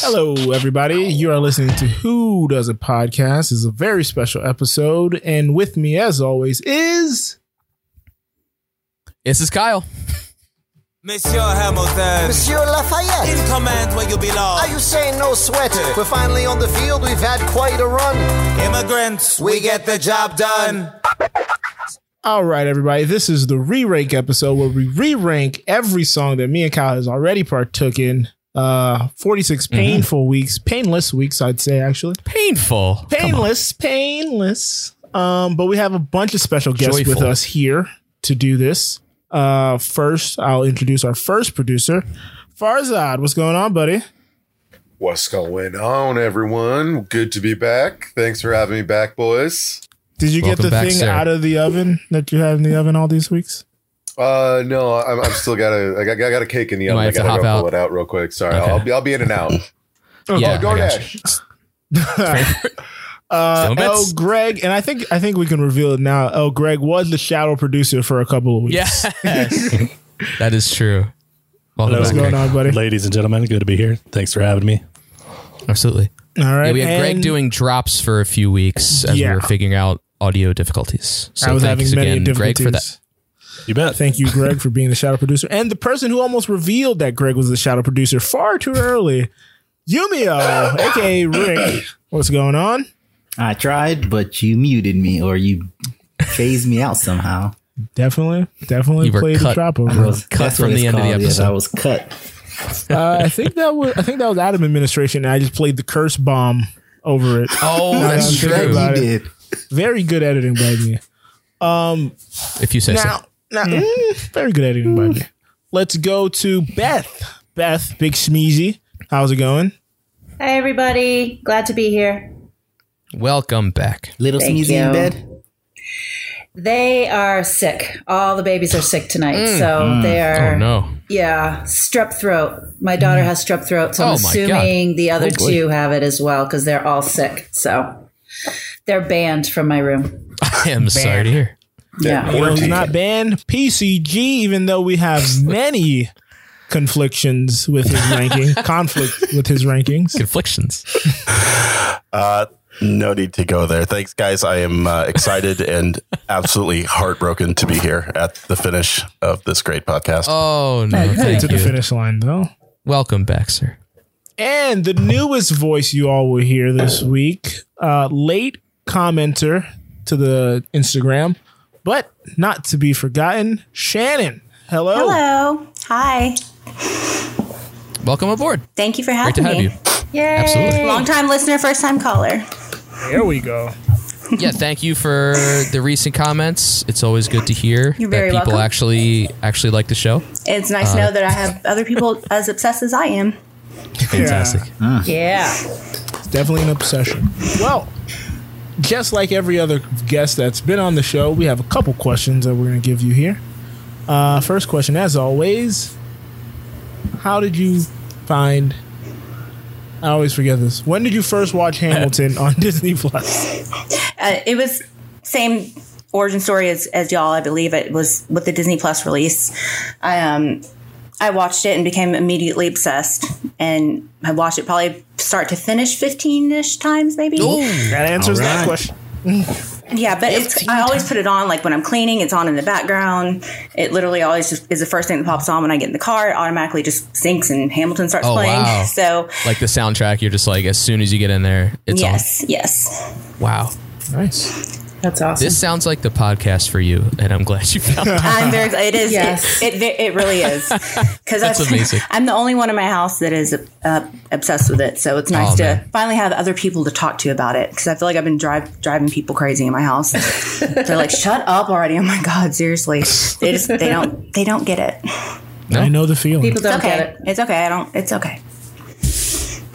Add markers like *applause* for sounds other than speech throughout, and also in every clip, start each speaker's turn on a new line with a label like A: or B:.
A: Hello, everybody. You are listening to Who Does a Podcast. This is a very special episode, and with me, as always, is
B: This is Kyle.
C: Monsieur Hamilton
D: Monsieur
C: in
D: Lafayette,
C: command where you
D: are
C: belong.
D: you saying no sweater? We're finally on the field, we've had quite a run.
C: Immigrants, we get the job done.
A: all right, everybody. This is the re rank episode where we re rank every song that me and Kyle has already partook in. Uh, 46 painful weeks, painless weeks, I'd say, actually.
B: Painful.
A: painless, painless. Um, but we have a bunch of special guests
B: Joyful.
A: with us here to do this. Uh, first, I'll introduce our first producer, Farzad. What's going on, buddy?
E: What's going on, everyone? Good to be back. Thanks for having me back, boys.
A: Did you get
B: Welcome
A: the
B: back,
A: thing
B: sir.
A: out of the oven that you had in the oven all these weeks?
E: Uh, no, I'm, I'm still got a, I got, I got a cake in the
B: You
E: oven.
B: might
E: I
B: have to
E: gotta
B: hop
E: go
B: out.
E: pull it out real quick. Sorry,
B: Okay.
E: I'll be, I'll be in and out.
B: Yeah,
E: oh,
B: *laughs* I got you.
E: DoorDash.
A: Uh,
B: Still
A: L.
B: bits.
A: Oh, Greg, and I think I think we can reveal it now. L. Greg was the shadow producer for a couple of weeks.
B: *laughs* Yes. *laughs* that is true. Welcome
A: What's
B: back,
A: going
B: Greg.
A: on, buddy?
F: Ladies and gentlemen, good to be here. Thanks for having me.
B: Absolutely.
A: All right,
B: Yeah, we had Greg
A: and
B: doing drops for a few weeks as
A: Yeah.
B: we were figuring out audio difficulties. So
A: I was
B: thanks
A: having many
B: again,
A: difficulties.
B: Greg, for that.
F: You bet.
A: Thank you, Greg, for being the shadow producer and the person who almost revealed that Greg was the shadow producer far too early. Yumio, aka
B: *coughs*
A: Rick. What's going on?
G: I tried, but you muted me or you phased me out somehow.
A: Definitely, definitely
B: You were
A: played the
B: cut.
A: drop
G: I
A: over.
G: was
B: *laughs* Cut
G: that's
B: from
G: what
B: the
G: it's
B: end of the
G: called, yes,
B: episode.
G: I was cut.
A: Uh, I think that was I think that was Adam administration. And I just played the curse bomb over it.
B: Oh, that's
A: I'm glad
B: true.
A: Got
G: You
A: it.
G: did.
A: Very good editing by me.
B: If you say so.
A: Now, now mm, very good editing by me. Let's go to Beth. Beth, big smeezy. How's it going?
H: Hi, everybody. Glad to be here.
B: Welcome back.
G: Little
H: Thank
G: sneezy
H: you.
G: in bed.
H: They are sick. All the babies are sick tonight. so they are,
B: Mm. Oh, no.
H: yeah, strep throat. My daughter has strep throat. So I'm
B: Oh, my
H: assuming the other
B: Oh, boy.
H: two have it as well because they're all sick. So they're banned from my room.
B: *laughs* I am sorry to hear.
H: Yeah.
A: You know who's
E: Quarantine.
A: not banned? PCG, even though we have many conflictions with his *laughs* ranking, conflict with his rankings.
B: Conflictions.
I: Uh, no need to go there. Thanks, guys. I am uh,
F: *laughs*
I: excited and absolutely heartbroken to be here at the finish of this great podcast.
B: Oh, no.
A: Headed
B: Thank
A: to the
B: you.
A: finish line, though.
B: Welcome back, sir.
A: And the newest voice you all will hear this week, uh, late commenter to the Instagram, but not to be forgotten, Shannon. Hello.
B: Oh.
J: Hello. Hi.
B: Welcome aboard.
J: Thank you for
B: Great
J: having
B: to have
J: me.
B: you.
H: Yay.
B: Absolutely.
J: Long time listener, first time caller.
A: There we go.
B: yeah, thank you for the recent comments. It's always good to hear
J: You're
B: that
J: very
B: people
J: welcome.
B: actually actually like the show.
J: It's nice
B: Uh,
J: to know that I have other people as obsessed as I am.
B: Fantastic.
H: Yeah.
A: It's definitely an obsession. Well, just like every other guest that's been on the show, we have a couple questions that we're going to give you here. Uh, first question, as always, how did you find? I always forget this. When did you first watch Hamilton on *laughs* Disney Plus?
J: Uh, it was same origin story as, as y'all, I believe. It was with the Disney Plus release. I, um, I watched it and became immediately obsessed. And I watched it probably start to finish 15 ish times, maybe.
A: That answers that
G: right.
A: question.
J: Yeah, but it's, I always put it on like when I'm cleaning, it's on in the background. It literally always just is the first thing that pops on when I get in the car. It automatically just syncs and Hamilton starts
B: Oh,
J: playing.
B: wow.
J: So,
B: Like the soundtrack, you're just like as soon as you get in there, it's
J: yes, yes.
B: on. Wow.
A: Nice.
H: That's awesome.
B: This sounds like the podcast for you, and I'm glad you
A: *laughs*
B: found it.
H: *laughs*
J: I'm very, it is,
H: Yes.
J: it, it, it really
H: *laughs*
J: is. Because
B: That's amazing.
J: I'm the only one in my house that is uh, obsessed with it. So it's nice
B: Oh,
J: to
B: man.
J: finally have other people to talk to about it. Because I feel like I've been drive, driving people crazy in
H: *laughs*
J: my house. They're like, shut up already. Oh my God, seriously. They just, they don't, they don't get it.
A: I know the feeling.
H: People don't
J: okay.
H: get it.
J: It's okay. I don't, it's okay.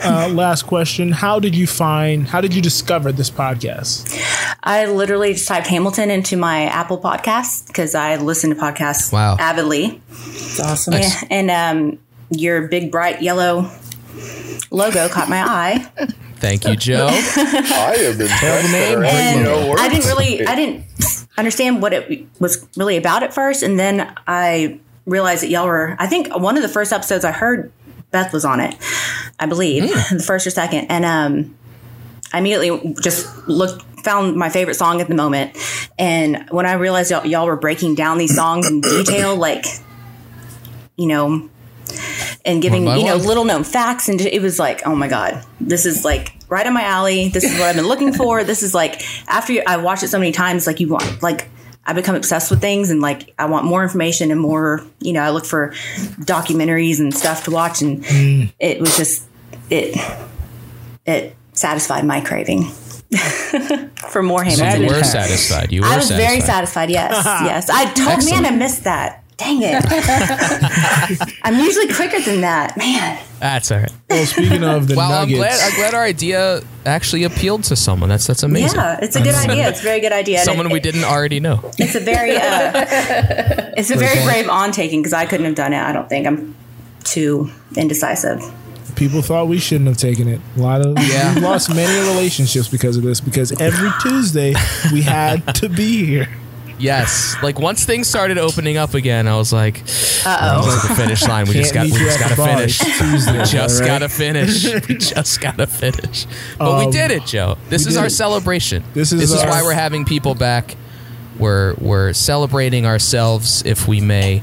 A: Uh, last question: How did you find? How did you discover this podcast?
J: I literally just typed Hamilton into my Apple podcast because I listen to podcasts
B: Wow.
J: avidly.
H: It's awesome.
B: Nice.
J: And um, your big bright yellow logo caught my eye.
B: Thank
J: *laughs*
B: you, Joe.
E: I am impressed. There ain't
J: And
E: no
J: I
E: words.
J: didn't really, I didn't understand what it was really about at first. And then I realized that y'all were, I think one of the first episodes I heard Beth was on it, I believe, the first or second. And um, I immediately just looked, found my favorite song at the moment. And when I realized y'all, y'all were breaking down these songs in detail, like, you know, and giving,
B: by
J: you know,
B: one.
J: little known facts. And it was like, oh my God, this is like right in my alley. This is what I've been looking
B: *laughs*
J: for. This is like, after you, I watched it so many times, like, you want, like, I become obsessed with things and like I want more information and more, you know, I look for documentaries and stuff to watch. And
B: Mm.
J: it was just, it, it satisfied my craving *laughs* for more Hammond.
B: So you
J: and
B: were
J: Coke.
B: satisfied. You were
J: I was
B: satisfied.
J: very satisfied. Yes,
A: *laughs*
J: yes. I told
B: Excellent.
J: man I missed that. Dang
H: *laughs*
J: it! I'm usually quicker than that, man.
B: That's all right.
A: Well, speaking of the
B: *laughs* Well, I'm
A: Nuggets,
B: glad. I'm glad our idea actually appealed to someone. That's that's amazing.
J: Yeah, it's a good idea. It's a very good idea. And
B: Someone
J: it-
B: we didn't already know.
J: It's a very, uh,
H: *laughs*
J: it's a very
B: Okay.
J: brave on taking because I couldn't have done it. I don't think I'm too indecisive.
A: people thought we shouldn't have taken it. A lot of
B: Yeah.
A: we *laughs* lost many relationships because of this. Because every Tuesday we had to be here.
B: Yes. Like once things started opening up again, I was like, "Uh oh, the finish line. We just got. We
A: meet you
B: just
A: at
B: got to
A: the bar.
B: finish.
A: It's Tuesday,
B: We just
A: all right?
B: got to
A: *laughs*
B: finish. We just got to finish." But we
A: Um,
B: did it, Joe. This
A: we
B: is
A: did
B: our
A: it.
B: celebration.
A: This is
B: this is
A: our-
B: why we're having people back. We're we're celebrating ourselves, if we may,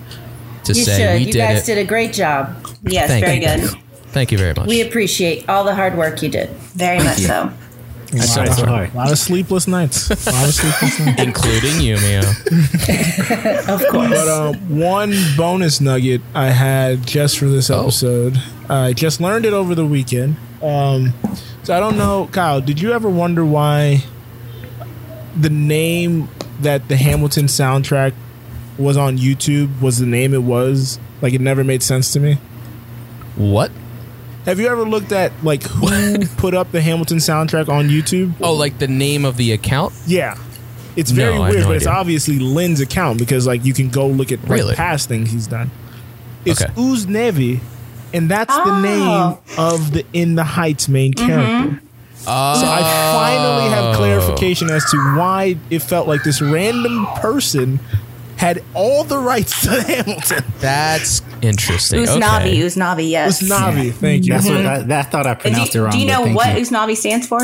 B: to
H: You
B: say
H: should.
B: we
H: you
B: did
H: guys
B: it.
H: did a great job.
J: Yes,
B: Thank
J: very
B: you.
J: good,
B: Thank you very much.
H: We appreciate all the hard work you did.
J: very much so.
A: A
G: Tried
A: lot,
G: so
A: of-
G: hard.
A: a lot of sleepless nights. A lot of sleepless nights.
B: including you, Mio.
H: Of course.
A: But um, one bonus nugget I had just for this episode, I just learned it over the weekend. Um, so I don't know, Kyle. Did you ever wonder why the name that the Hamilton soundtrack was on YouTube was the name it was? Like it never made sense to me.
B: What?
A: Have you ever looked at like who put up the Hamilton soundtrack on YouTube?
B: Oh, like the name of the account?
A: Yeah. It's
B: No,
A: very
B: I have
A: weird,
B: no
A: but it's
B: idea.
A: obviously Lynn's account because like you can go look at like,
B: Really?
A: past things he's done. It's
B: Okay.
A: Ooze Nevi, and that's the
J: Oh. Mm-hmm.
A: name of the In the Heights main character. So I finally
B: Oh.
A: have clarification as to why it felt like this random person had all the rights to *laughs* Hamilton.
B: That's interesting. okay.
J: Usnavi, Usnavi, yes.
A: It's Navi, thank you.
G: That's what I, that, I thought I
J: And
G: pronounced
J: do,
G: it wrong.
J: do you
G: but
J: know
G: thank
J: what
G: you.
J: Usnavi stands for?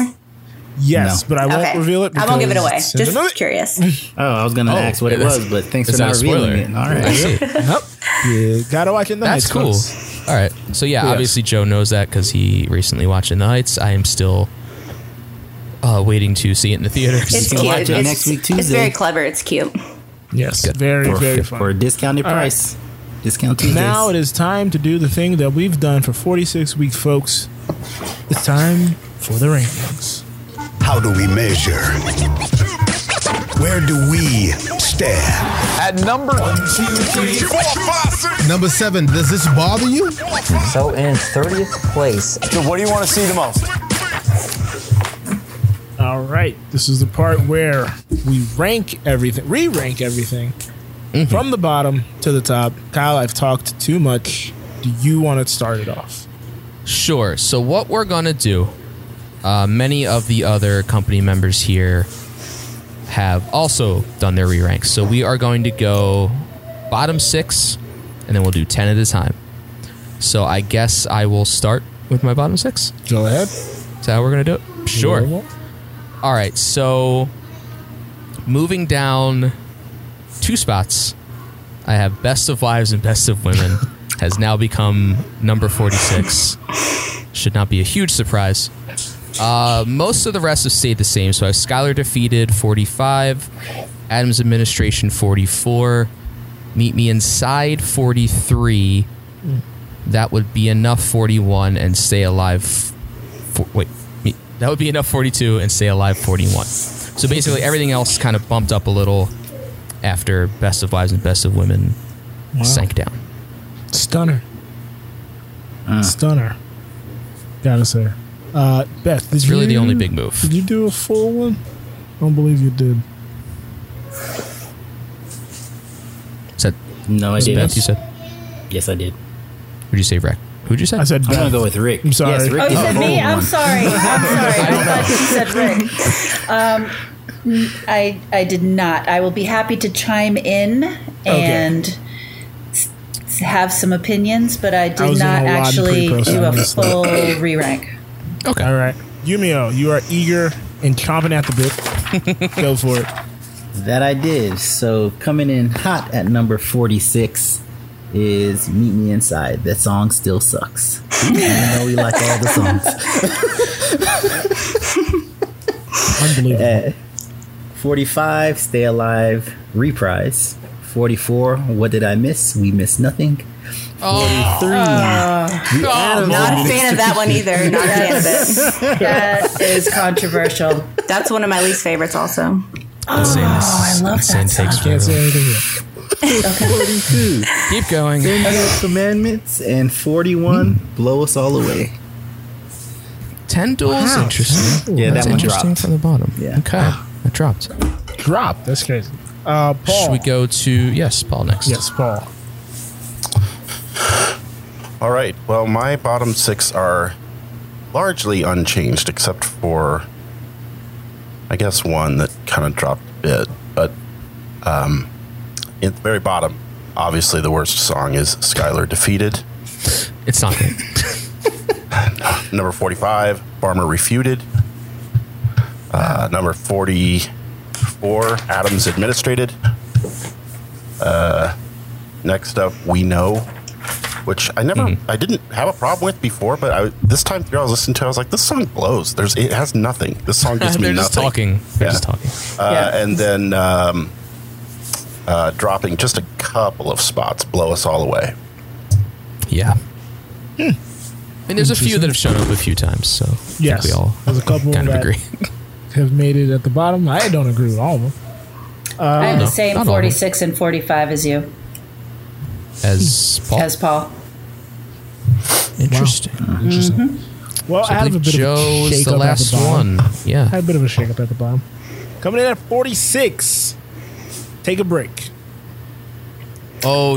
A: Yes,
G: No.
A: but I won't reveal it.
J: I won't give it
A: because
J: away.
A: it's in the
J: Just
A: movie.
J: curious.
G: Oh, I was gonna ask what it
B: that's-
G: was, but thanks for
B: Is that
G: not
B: a spoiler?
G: revealing it. All
B: I
G: right.
B: see.
A: Nope. Yeah, gotta watch In the
B: That's
A: Heights.
B: cool.
A: folks.
B: All right. So yeah, obviously Joe knows that because he recently watched In the Heights. I am still uh, waiting to see it in the theaters.
J: It's
G: can
J: cute.
G: watch it
J: It's-
G: next week
J: It's
G: Tuesday.
J: very clever. It's cute.
A: Yes, very
G: For,
A: very
G: for a
A: fun.
G: discounted
A: right.
G: price. Discount Tuesdays.
A: Now it is time to do the thing that we've done for 46 weeks, folks. It's time for the rankings.
K: How do we measure? Where do we stand?
D: At number
K: Number seven, does this bother you?
D: So in 30th place.
C: what do you want to see the most?
A: All right, this is the part where we rank everything, re-rank everything from the bottom to the top. Kyle, I've talked too much. Do you want to start it off?
B: Sure. So what we're gonna do? Uh, many of the other company members here have also done their re-ranks. So we are going to go bottom six, and then we'll do ten at a time. So I guess I will start with my bottom six.
A: Go ahead.
B: Is that how we're gonna do it? Sure. All right, so moving down two spots, I have Best of Wives and Best of Women has now become number 46. Should not be a huge surprise. Uh, most of the rest have stayed the same. So I have Skylar defeated 45, Adams administration 44, Meet Me Inside 43. That would be enough 41 and stay alive for, wait, me- that would be enough 42 and stay alive 41. So basically, everything else kind of bumped up a little after Best of Wives and Best of Women sank down.
A: Stunner.
B: Ah.
A: Stunner. Gotta say. Uh, Beth, did
B: It's really the
A: you-
B: only big move.
A: Did you do a full one? I don't believe you did.
B: Is that
G: no, I
B: was it
G: didn't.
B: Beth you said?
G: Yes, I did.
B: Who'd you say, Rack? Who'd you say?
A: I said
G: I'm gonna
A: Beth.
G: go with Rick.
A: I'm sorry.
G: Yes, Rick
H: Oh, you
G: is
H: said
G: the
H: me?
G: bold
H: I'm
G: one.
H: sorry. I'm sorry. I thought you said Rick. Um, n- I, I did not. I will be happy to chime in and s- have some opinions, but I did
A: was in
H: not
A: a lot of
H: actually
A: pre-pro
H: do a
A: sessions.
H: full re rank.
B: Okay.
A: All right. Yumio, you are eager and chomping at the *laughs* bit. Go for it.
G: That I did. So coming in hot at number 46 is Meet Me Inside. That song still sucks. I know we like all the songs.
A: Unbelievable.
G: At 45, Uh, Stay Alive Reprise. 44, What Did I Miss? We Missed Nothing.
J: Oh,
G: You Adam
J: not a
G: Sandler.
J: fan of that one either. Not a fan of it.
H: That is controversial.
J: That's one of my least favorites, also.
B: Insane.
H: I love
B: Insane takes
A: Can't say
B: forever.
A: anything yet.
G: 42,
B: Keep going.
G: Bend Your Commandments. And 41, Blow Us All Away.
B: Ten duels.
A: Wow.
B: Interesting.
G: Yeah,
B: That's
G: that one
B: interesting
G: dropped.
B: from the bottom.
G: Yeah.
B: Okay. That dropped.
A: Drop. That's crazy. Uh, Ah. Paul.
B: Should we go to yes, Paul next?
A: Yes, Paul.
I: All right. Well, my bottom six are largely unchanged, except for, I guess, one that kind of dropped a bit. But um, at the very bottom, obviously, the worst song is Skylar Defeated.
B: It's not good.
I: Number 45, Farmer Refuted. Uh, number 44, Adams Administrated. Uh, next up, We Know, which I never,
B: Mm-hmm.
I: I didn't have a problem with before, but I, this time through I was listening to it, I was like, this song blows. There's, it has nothing. This song
B: *laughs*
I: gives me
B: They're
I: nothing.
B: just talking. They're
I: Yeah.
B: just talking.
I: Uh,
H: Yeah.
I: And then um, uh, dropping just a couple of spots, Blow Us All Away.
B: Yeah.
A: Hmm.
B: And there's a few that have shown up a few times, so I think
A: Yes.
B: we all
A: There's a couple
B: kind of
A: that-
B: agree.
A: *laughs* Have made it at the bottom. I don't agree with all of them.
H: I have
B: no,
H: the same
B: not all of them.
H: 46 and 45 as you,
B: As Paul.
H: as Paul.
B: Interesting.
A: Interesting. Well, I
B: I
A: have a
B: believe
A: bit of a
B: Joe's
A: shake
B: the
A: up at
B: last
A: the bottom.
B: one.
A: I
B: Yeah.
A: had a bit of a shakeup at the bottom. Coming in at 46. Take a break.
B: Oh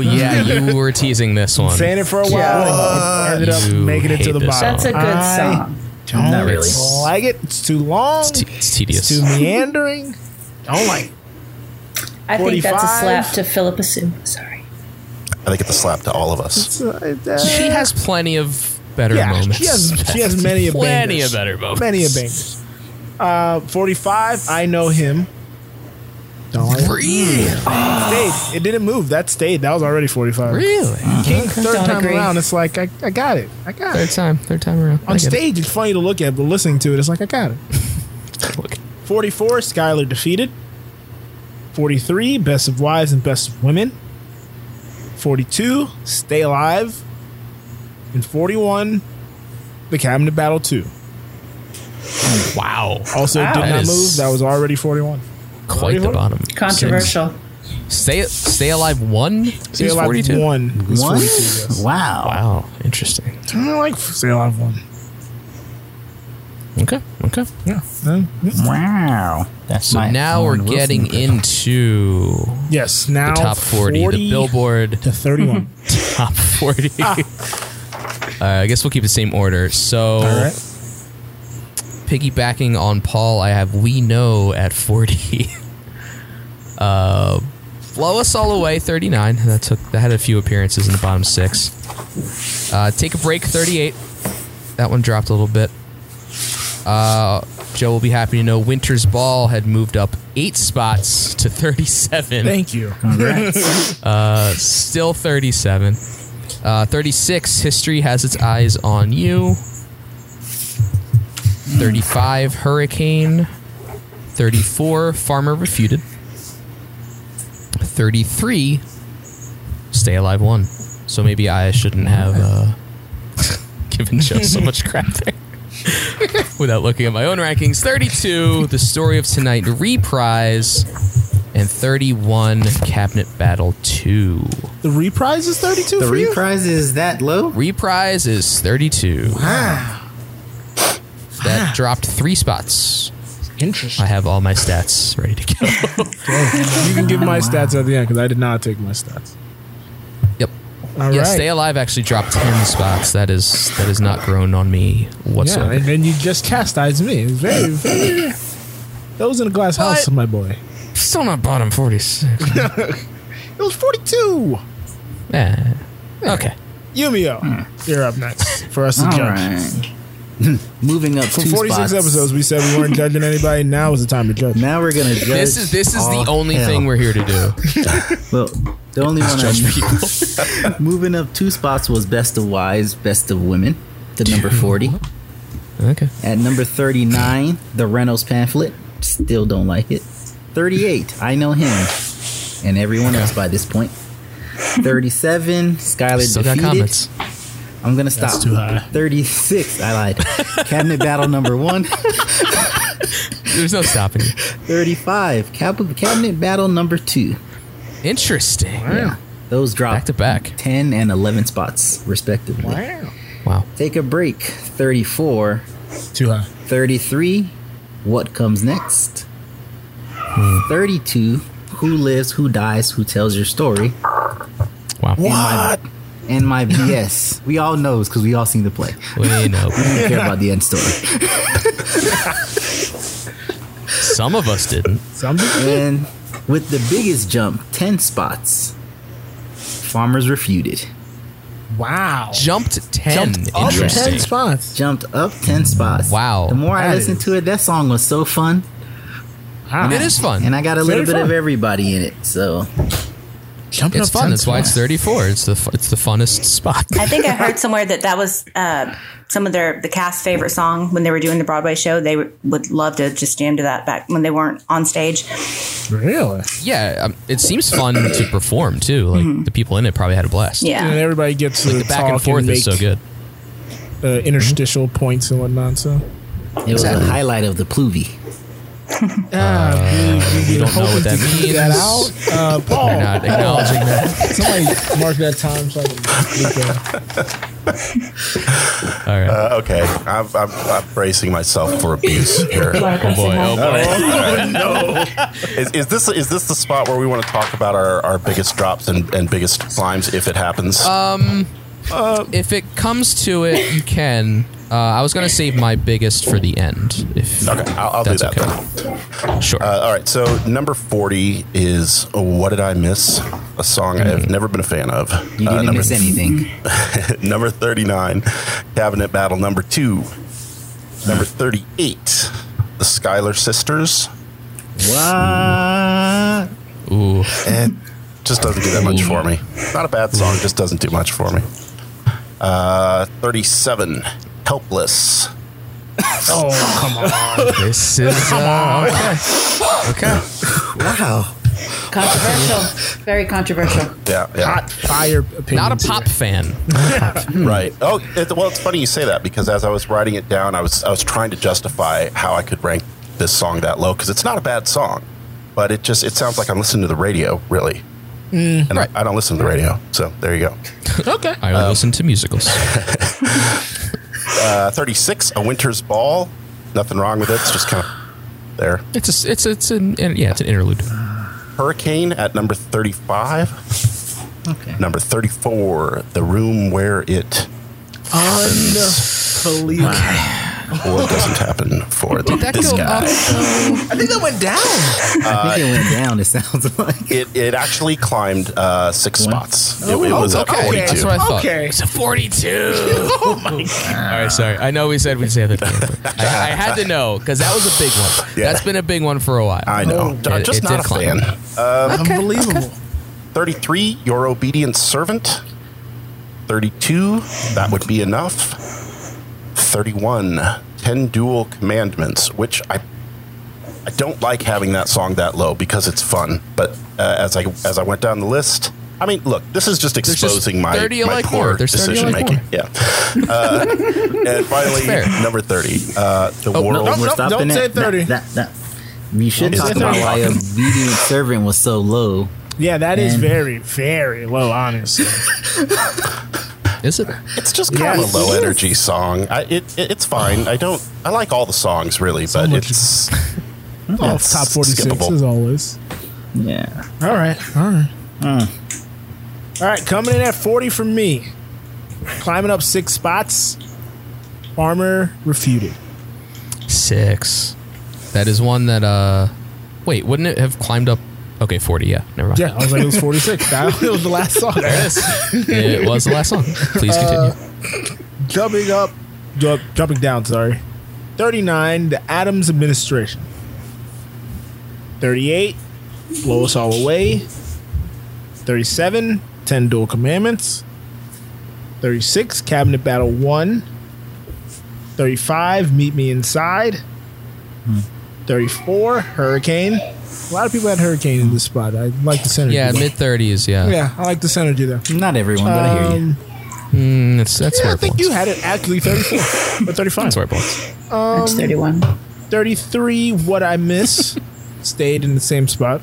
A: *laughs*
B: yeah, you were teasing this one.
A: Saying it for a while.
B: Yeah.
A: and it ended up
B: You
A: making it to
B: hate
A: the
B: this
A: bottom.
H: That's a good
A: I
H: song.
A: Don't
G: Not really.
A: like it. It's too long.
B: It's, te- it's tedious.
A: too meandering. Don't like it.
H: I think that's a
A: 45.
H: slap to Philippa Sue. Sorry.
I: I think it's a slap to all of us.
B: she has plenty of better
A: Yeah,
B: moments.
A: she has she has many of
B: plenty
A: bangers.
B: of better moments.
A: Many of bangers. Uh, forty five. I know him. Don't like it.
B: Really?
A: Hmm. Stayed. It didn't move. That stayed. That was already forty five.
B: Really?
A: King third
H: Don't
A: time
H: agree.
A: around. It's like I, I got it. I got
B: Third
A: it.
B: time. Third time around. I
A: On
B: get it.
A: stage, it's funny to look at, but listening to it, it's like I got it.
B: Look.
A: Forty four. Skylar defeated. Forty three. Best of wives and best of women. Forty two. Stay alive. And forty one. The cabinet battle two.
B: Wow.
A: Also
H: Wow.
A: did
B: That
A: not
B: is-
A: move. That was already 41.
B: Quite the bottom.
H: Controversial.
B: Six. Stay Stay Alive one
A: Say
B: is
A: Alive
B: forty two.
A: one. is
G: One?
A: 42, yes.
G: Wow.
B: Wow. Interesting.
A: I like Say Alive one.
B: Okay. Okay.
A: Yeah. Uh, yeah.
G: Wow. That's
B: So
G: my
B: now
G: Owen
B: we're
G: Wilson
B: getting
G: impression.
B: into
A: Yes. Now
B: the top 40, the Billboard
A: to 31.
B: top *laughs* 40.
A: Ah.
B: uh, I guess we'll keep the same order. So,
A: All right.
B: piggybacking on Paul, I have We Know at 40. *laughs* uh, Blow Us All Away, 39. That took that had a few appearances in the bottom six. Uh, Take a Break, 38. That one dropped a little bit. Uh, Joe will be happy to know Winter's Ball had moved up eight spots to 37
A: *laughs* Thank you.
B: still 37. Uh, 36, history has its eyes on you. 35, hurricane. 34, farmer refuted. 33, stay alive one. So maybe I shouldn't have uh, *laughs* given Joe so much crap there. *laughs* Without looking at my own rankings, 32, The Story of Tonight reprise, and 31, Cabinet Battle 2.
A: The reprise is 32
G: The
A: for you?
G: reprise is that low?
B: Reprise is 32. Wow. That dropped three spots.
A: Interesting.
B: I have all my stats ready to go.
A: You can give my stats at the end because I did not take my stats.
B: yep.
A: All right.
B: yeah, Stay Alive actually dropped 10 spots. That is that is not grown on me
A: yeah,
B: whatsoever.
A: and then you just chastised me. It's *laughs* very, very Those in a glass house,
B: But-
A: my boy.
B: Still not bottom 46.
A: It was 42.
B: yeah. Okay.
A: Yumio, you're up next for us to
G: All
A: judge.
G: *laughs* Moving up
A: For
G: two
A: 46
G: spots.
A: episodes, we said we weren't judging anybody. Now is the time to *laughs* judge.
G: Now we're gonna judge.
B: This is this is the
G: all
B: only
G: hell.
B: thing we're here to do.
G: Well, the only one
B: Judge
G: I
B: *laughs*
G: people. *laughs* moving up two spots was Best of Wives, Best of Women, the number forty.
B: Okay.
G: At number thirty-nine, the Reynolds pamphlet. Still don't like it. Thirty-eight, I know him, and everyone else by this point. Thirty-seven, Skylar
B: Still got
G: defeated.
B: comments.
G: I'm gonna stop.
A: That's too high.
G: Thirty-six, I lied.
B: *laughs*
G: Cabinet battle number one.
B: There's no stopping you.
G: 35 Cab- cabinet battle number two
B: Interesting.
G: yeah those dropped back
B: to back
G: 10 and 11 spots respectively
A: Wow.
B: Wow.
G: take a break 34
A: Too high.
G: 33 what comes next 32 who lives who dies who tells your story
B: Wow.
G: what and my BS. We all knows because we all seen the play.
B: We know.
G: We don't care about the end story.
B: Some of us didn't.
G: And with the biggest jump, 10 spots, Farmers refuted.
A: Wow.
B: Jumped ten.
A: Jumped up
B: Interesting.
A: 10 spots.
G: jumped up 10 spots.
B: Wow.
G: The more I
A: That
G: listened to it, that song was so fun.
A: Wow.
B: It is fun.
G: And I got a little
A: Very
G: bit of
A: fun.
G: everybody in it. So,
A: Jumping
B: It's
A: up
B: fun.
A: 10
B: That's why it's
A: spots.
B: 34. It's the fu- it's the funnest *laughs* spot.
J: I think I heard somewhere that that was uh, some of their the cast favorite song when they were doing the Broadway show. They would would love to just jam to that back when they weren't on stage.
A: Really?
B: Yeah, um, it seems fun to perform too. Like the people in it probably had a blast.
A: And
J: Yeah,
A: everybody gets to
B: Like the back
A: talk
B: and forth
A: make
B: is so good.
A: Uh, interstitial points and whatnot. So
G: it was a highlight of the Pluvy.
B: Uh, We don't know what that means.
A: that out. Uh, Paul,
B: *laughs* They're not acknowledging that.
A: somebody mark that time so I can look at it.
B: All right.
I: Uh, okay, I'm, I'm, I'm bracing myself for abuse here.
B: oh boy. Oh boy.
I: Is, is this is this the spot where we want to talk about our, our biggest drops and, and biggest climbs if it happens?
H: Uh,
B: If it comes to it, you can. Uh, I was gonna save my biggest for the end. If
I: okay, I'll, I'll do
B: that's
I: that.
B: okay.
I: Then.
B: Sure.
I: Uh, all right, so number forty is "What Did I Miss?" A song I've never been a fan of.
G: You didn't
I: number,
G: miss anything.
I: *laughs* number thirty-nine, Cabinet Battle number two. Number thirty-eight, the Skylar Sisters.
G: What?
B: Ooh.
I: It just doesn't do that much for me. Not a bad song, just doesn't do much for me. Uh, 37, Helpless.
A: Oh, come on.
B: This is uh, okay. Okay.
G: Wow.
H: Controversial. Very controversial.
I: Yeah, yeah.
A: Hot fire opinion.
B: Not a pop
I: *laughs*
B: fan.
I: Right. Oh, it, well, it's funny you say that because as I was writing it down, I was I was trying to justify how I could rank this song that low because it's not a bad song, but it just it sounds like I'm listening to the radio, really. and
B: right.
I: I, I don't listen to the radio, so there you go.
A: Okay.
B: I listen
I: *laughs*
B: to musicals.
I: Uh, 36, A Winter's Ball. Nothing wrong with it. It's just kind of there.
B: It's a, it's it's an an- yeah it's an interlude.
I: Hurricane at number 35.
G: Okay.
I: Number 34, The Room Where It
G: Unbelievable.
I: or Doesn't Happen for
B: Did that
I: this
B: go
I: guy.
B: up?
A: I think that went down.
G: I think it went down, it sounds *laughs* like.
I: It, it actually climbed uh, six spots. It, it
B: Oh,
I: was at
A: okay.
I: 42.
B: That's what I thought.
A: Okay.
B: It's a 42. *laughs* oh my god. All right, sorry. I know we said we'd say that. Again,
I: *laughs*
B: but I, I had to know because that was a big one.
I: Yeah.
B: That's been a big one for a while.
I: I know.
B: Oh.
I: I'm just
B: It- it
I: not a
B: did climb.
I: fan.
A: Unbelievable.
I: 33, Your Obedient Servant. 32, That Would Be Enough. 31, 10 Dual Commandments, which I I don't like having that song that low because it's fun. But uh, as I as I went down the list, I mean, look, this is just
B: just
I: exposing my,
B: 30 you
I: my
B: like more.
I: poor
B: There's 30 you
I: decision
B: like
I: making.
B: more.
I: Yeah. Uh, and finally,
B: That's fair.
I: number 30, uh, The
B: no,
I: World.
G: We're
A: nope,
G: stopping
A: don't
G: at-
A: say 30.
G: That, that, that. We should
I: Don't
G: talk
I: say
G: about
I: 30.
G: why Obedient Servant was so low.
A: Yeah, that is
G: And-
A: very, very low, honestly.
B: Is it?
I: It's just kind
A: Yes.
I: of a low energy song. I, it, it it's fine. I don't. I like all the songs really, but
A: much-
I: it's
A: Oh,
I: it's
A: top 46
I: skippable.
A: as always.
G: Yeah.
A: All right. All right. All right. Coming in at 40 from me. Climbing up six spots. Farmer refuted.
B: Six. That is one that uh, wait, wouldn't it have climbed up Okay, 40. Yeah, never mind.
A: Yeah, I was like, it was *laughs* 46. that was the last song.
B: There it is. It was the last song. Please
A: Uh,
B: continue.
A: jumping up, ju- jumping down, sorry. 39, the Adams administration. 38, blow us all away. 37, 10 dual commandments. 36, cabinet battle 1. 35, meet me inside.
B: Hmm.
A: 34, hurricane. A lot of people had hurricane in this spot. I like the synergy.
B: Yeah,
A: there.
B: mid 30s. Yeah.
A: Yeah, I like the synergy there.
G: Not everyone,
B: but I hear
A: you.
B: Mm, that's that's
A: yeah,
B: where
A: I
B: it
A: think
B: belongs.
A: you had it actually 34 or 35.
B: That's where it belongs.
A: Um,
H: That's 31.
A: 33, what I *laughs* miss. Stayed in the same spot.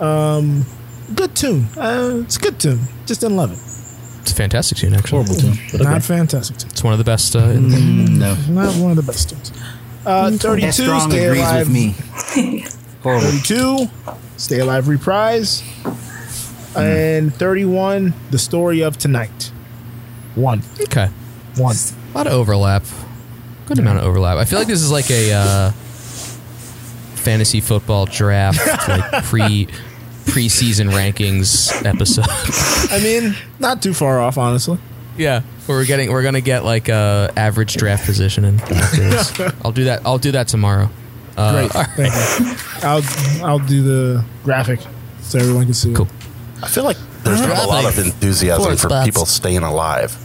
A: Um, good tune. Uh, it's a good tune. Just didn't love it.
B: It's a fantastic tune, actually.
A: Horrible tune, Mm-hmm. but Not okay. fantastic. It's
B: one of the best. Uh, in the
G: no.
A: Not one of the best tunes. Uh, 32,
G: That strong
A: Stay
G: agrees
A: Alive.
G: with me. Horrible.
A: 32, Stay Alive Reprise. Hmm. And 31, The Story of Tonight. One.
B: Okay.
A: One.
B: A lot of overlap. Good amount of overlap. I feel like this is like a uh, fantasy football *laughs* draft, like pre preseason rankings episode.
A: I mean, not too far off, honestly.
B: *laughs* yeah, where we're getting we're gonna get like a average draft position in. *laughs* I'll do that. I'll do that tomorrow. Uh,
A: Great. Thank you. I'll I'll do the graphic so everyone can see. Cool.
I: I feel like There's not a lot of enthusiasm
B: Four
I: for
B: spots.
I: people staying alive.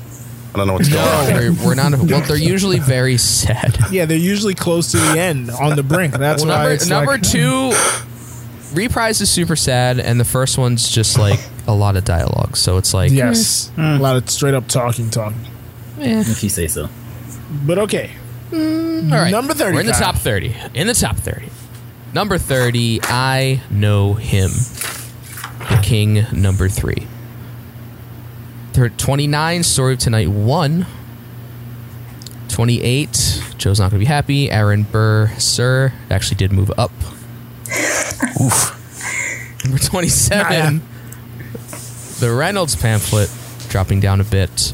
I: I don't know what's going on.
B: we're, we're not. Well, they're usually very *laughs* sad.
A: Yeah, they're usually close to the end on the brink. That's
B: Well,
A: why
B: number,
A: it's
B: number
A: like-
B: two. Reprise is super sad, and the first one's just like a lot of dialogue. So it's like
A: Yes, a lot of straight up talking, talking.
G: If you say so.
A: But okay,
B: All right.
A: Number 30,
B: We're in the
A: Kyle.
B: top 30. In the top 30. Number 30, I know him. The king number 3. Thir- 29, Story of Tonight 1. 28, Joe's not going to be happy. Aaron Burr, sir, actually did move up. Oof. Number 27, the Reynolds pamphlet dropping down a bit.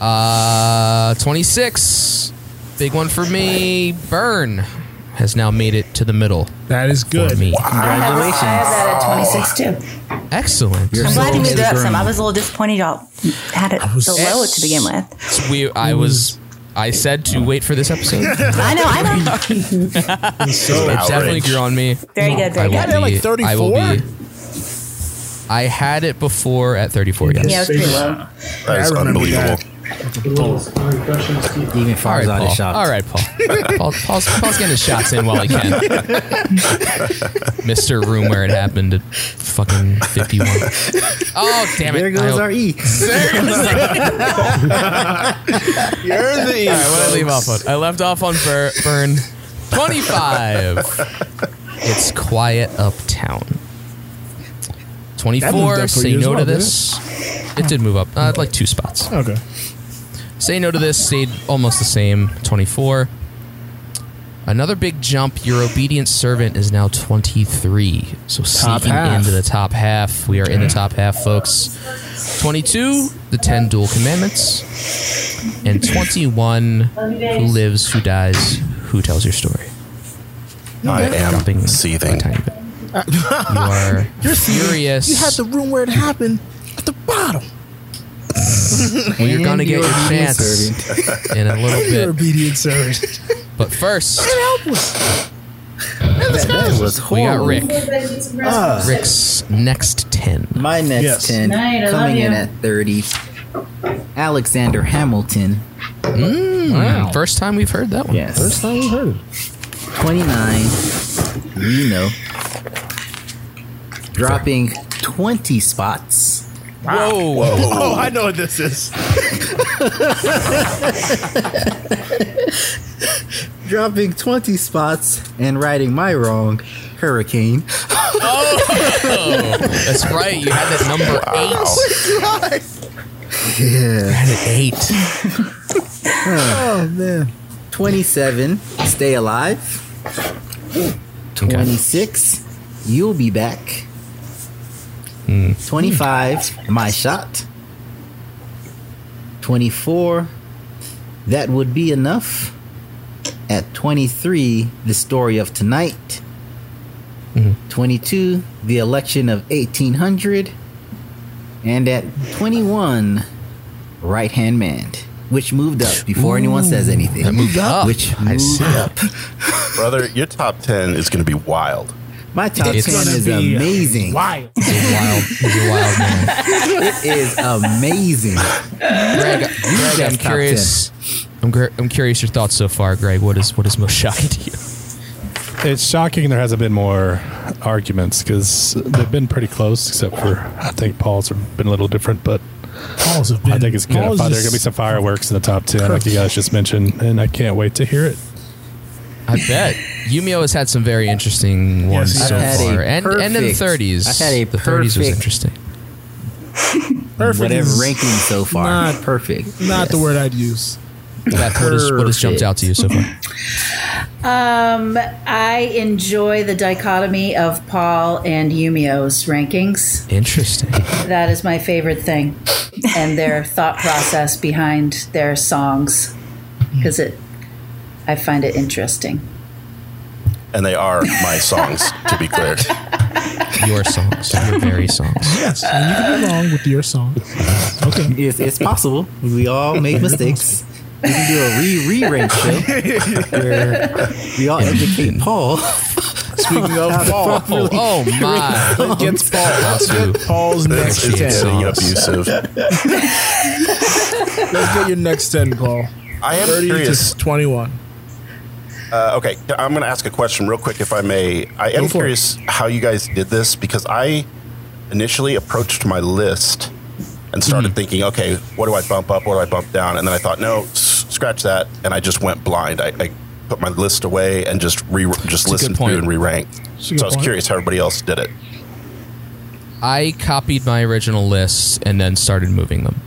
B: Uh, 26. Big one for me. Burn has now made it to the middle.
A: That is good.
B: For me.
J: I have that at 26 too.
B: Excellent.
J: I'm glad you moved it up some. I was a little disappointed y'all had it so low to begin with.
B: *laughs* It's weird. I was. I said to wait for
G: *laughs*
B: this episode.
J: I know, I know.
B: it definitely grew on me.
J: Very good, very
B: I will
J: good. Yeah, like
B: be- I
J: 34?
B: will be. I had it before at 34. Yes.
J: Yeah, it was pretty low.
I: That is unbelievable.
G: Even
B: All right,
G: Farzad is
B: Paul.
G: shocked.
B: All right, Paul. Paul Paul's, Paul's getting his shots in while
G: *laughs*
B: he can. Mr. Room where it happened at fucking 51. Oh, damn it.
G: There goes
B: I-
G: our E.
A: You're the
B: All right, what did I leave off on? I left off on bur- Burn 25.
A: *laughs*
B: it's Quiet Uptown.
A: That moved up
B: 24,
A: for
B: Say
A: you as
B: No
A: well,
B: to
A: didn't
B: This. It? did move up, uh, like two spots.
A: Okay.
B: Say No to This stayed almost the same, 24. Another big jump. Your obedient servant is now 23. So
A: Top
B: sneaking
A: half.
B: into the top half. We are in the top half, folks. 22, the 10 dual commandments. And
J: *laughs*
B: 21, who lives, who dies, who tells your story.
I: I am
B: Dropping
I: seething.
G: Uh,
B: You are
G: *laughs*
A: You're
B: furious.
A: You had the room where it happened at the bottom.
B: well, you're going to get
A: You're
B: your
A: obedient
B: chance in a
A: You're
B: little bit.
A: obedient servant.
B: But first,
G: *laughs* That, that was
B: we
G: horrible.
B: got Rick.
G: Ah.
B: Rick's next 10.
G: My next
B: Yes.
G: 10
H: Night, I love
G: coming in
H: you.
G: at 30. Alexander Hamilton.
B: wow. First time we've heard that one.
G: Hmm. Yes.
A: First time we heard it.
G: 29. Reno. Dropping 20 spots.
B: Whoa.
A: Oh, I know what this is.
G: Dropping 20 spots and righting my wrong. Hurricane.
B: Oh, that's right. You had that number
G: *laughs*
B: eight.
G: Oh, Yeah.
B: Had an eight.
G: Oh man. 27, stay alive. 26, you'll be back.
I: Hmm.
G: 25, my shot. 24, that would be enough.
I: Hmm.
G: At 23, the story of tonight. 22, the election of 1800. And at 21, Right Hand Man, which moved up before anyone says anything.
I: That moved up.
G: Which moved
I: I see.
G: up.
I: Brother, your top 10 is going to be wild.
G: My top
I: It's
G: 10
I: gonna
G: is
I: be
G: amazing.
A: uh, Wild.
B: wild.
G: *laughs*
B: wild man.
G: it is *laughs* amazing.
B: Greg, Greg,
G: guys
B: I'm
G: top
B: curious. I'm, gr- I'm curious your thoughts so far, Greg. What is what is most shocking to you?
F: It's shocking there hasn't been more arguments because they've been pretty close, except for I think Paul's have been a little different, but
A: Paul's have been.
F: I think it's gonna,
A: Paul's
F: there are
A: is-
F: going to be some fireworks in the top 10, like you guys just mentioned, and I can't wait to hear it.
B: I bet Yumio has had some very interesting ones
F: Yes, he
B: so
F: has. I've had
B: far,
F: a
B: and and in the
F: perfect-
B: 30s.
G: I've had a
B: the 30s was
G: perfect-
B: interesting.
A: Perfect
G: Whatever
A: is
G: ranking so far.
A: not-
G: perfect.
A: Not the
G: Yes.
A: word I'd use.
B: Beth, what, is, what has jumped out to you so far?
H: Um, I enjoy the dichotomy of Paul and Yumio's rankings.
B: Interesting.
H: That is my favorite thing, and their thought process behind their songs, because it, I find it interesting.
I: And they are my songs, to be
B: *laughs*
I: clear.
B: Your songs, your very songs.
F: *laughs*
A: Yes, and you can be wrong with your song. Okay.
G: It's, it's possible. We all *laughs* make mistakes. We can do a re re rank show where we all educate Paul.
A: Speaking of
G: How
A: *laughs*
G: to
A: Paul.
G: properly
B: Oh, my.
A: Let's get Paul. Let's
B: Awesome.
A: get Paul's
I: This
A: next
I: is
A: ten.
I: getting abusive.
B: *laughs*
A: Let's get your next ten, Paul.
I: I am
A: 30
I: curious.
A: To Twenty-one.
I: Uh, okay, I'm going to ask a question real quick, if I may. I
A: Go
I: am
A: for it.
I: curious how you guys did this because I initially approached my list and
B: Hmm.
I: started thinking, okay, what do I bump up? What do I bump down? And then I thought, no, s- scratch that. And I just went blind. I, I put my list away and just re just
B: good
I: listened
B: point.
I: to and re ranked.
B: It's a
I: So
B: good
I: I was
B: point.
I: curious how everybody else did it.
B: I copied my original list and then started moving them.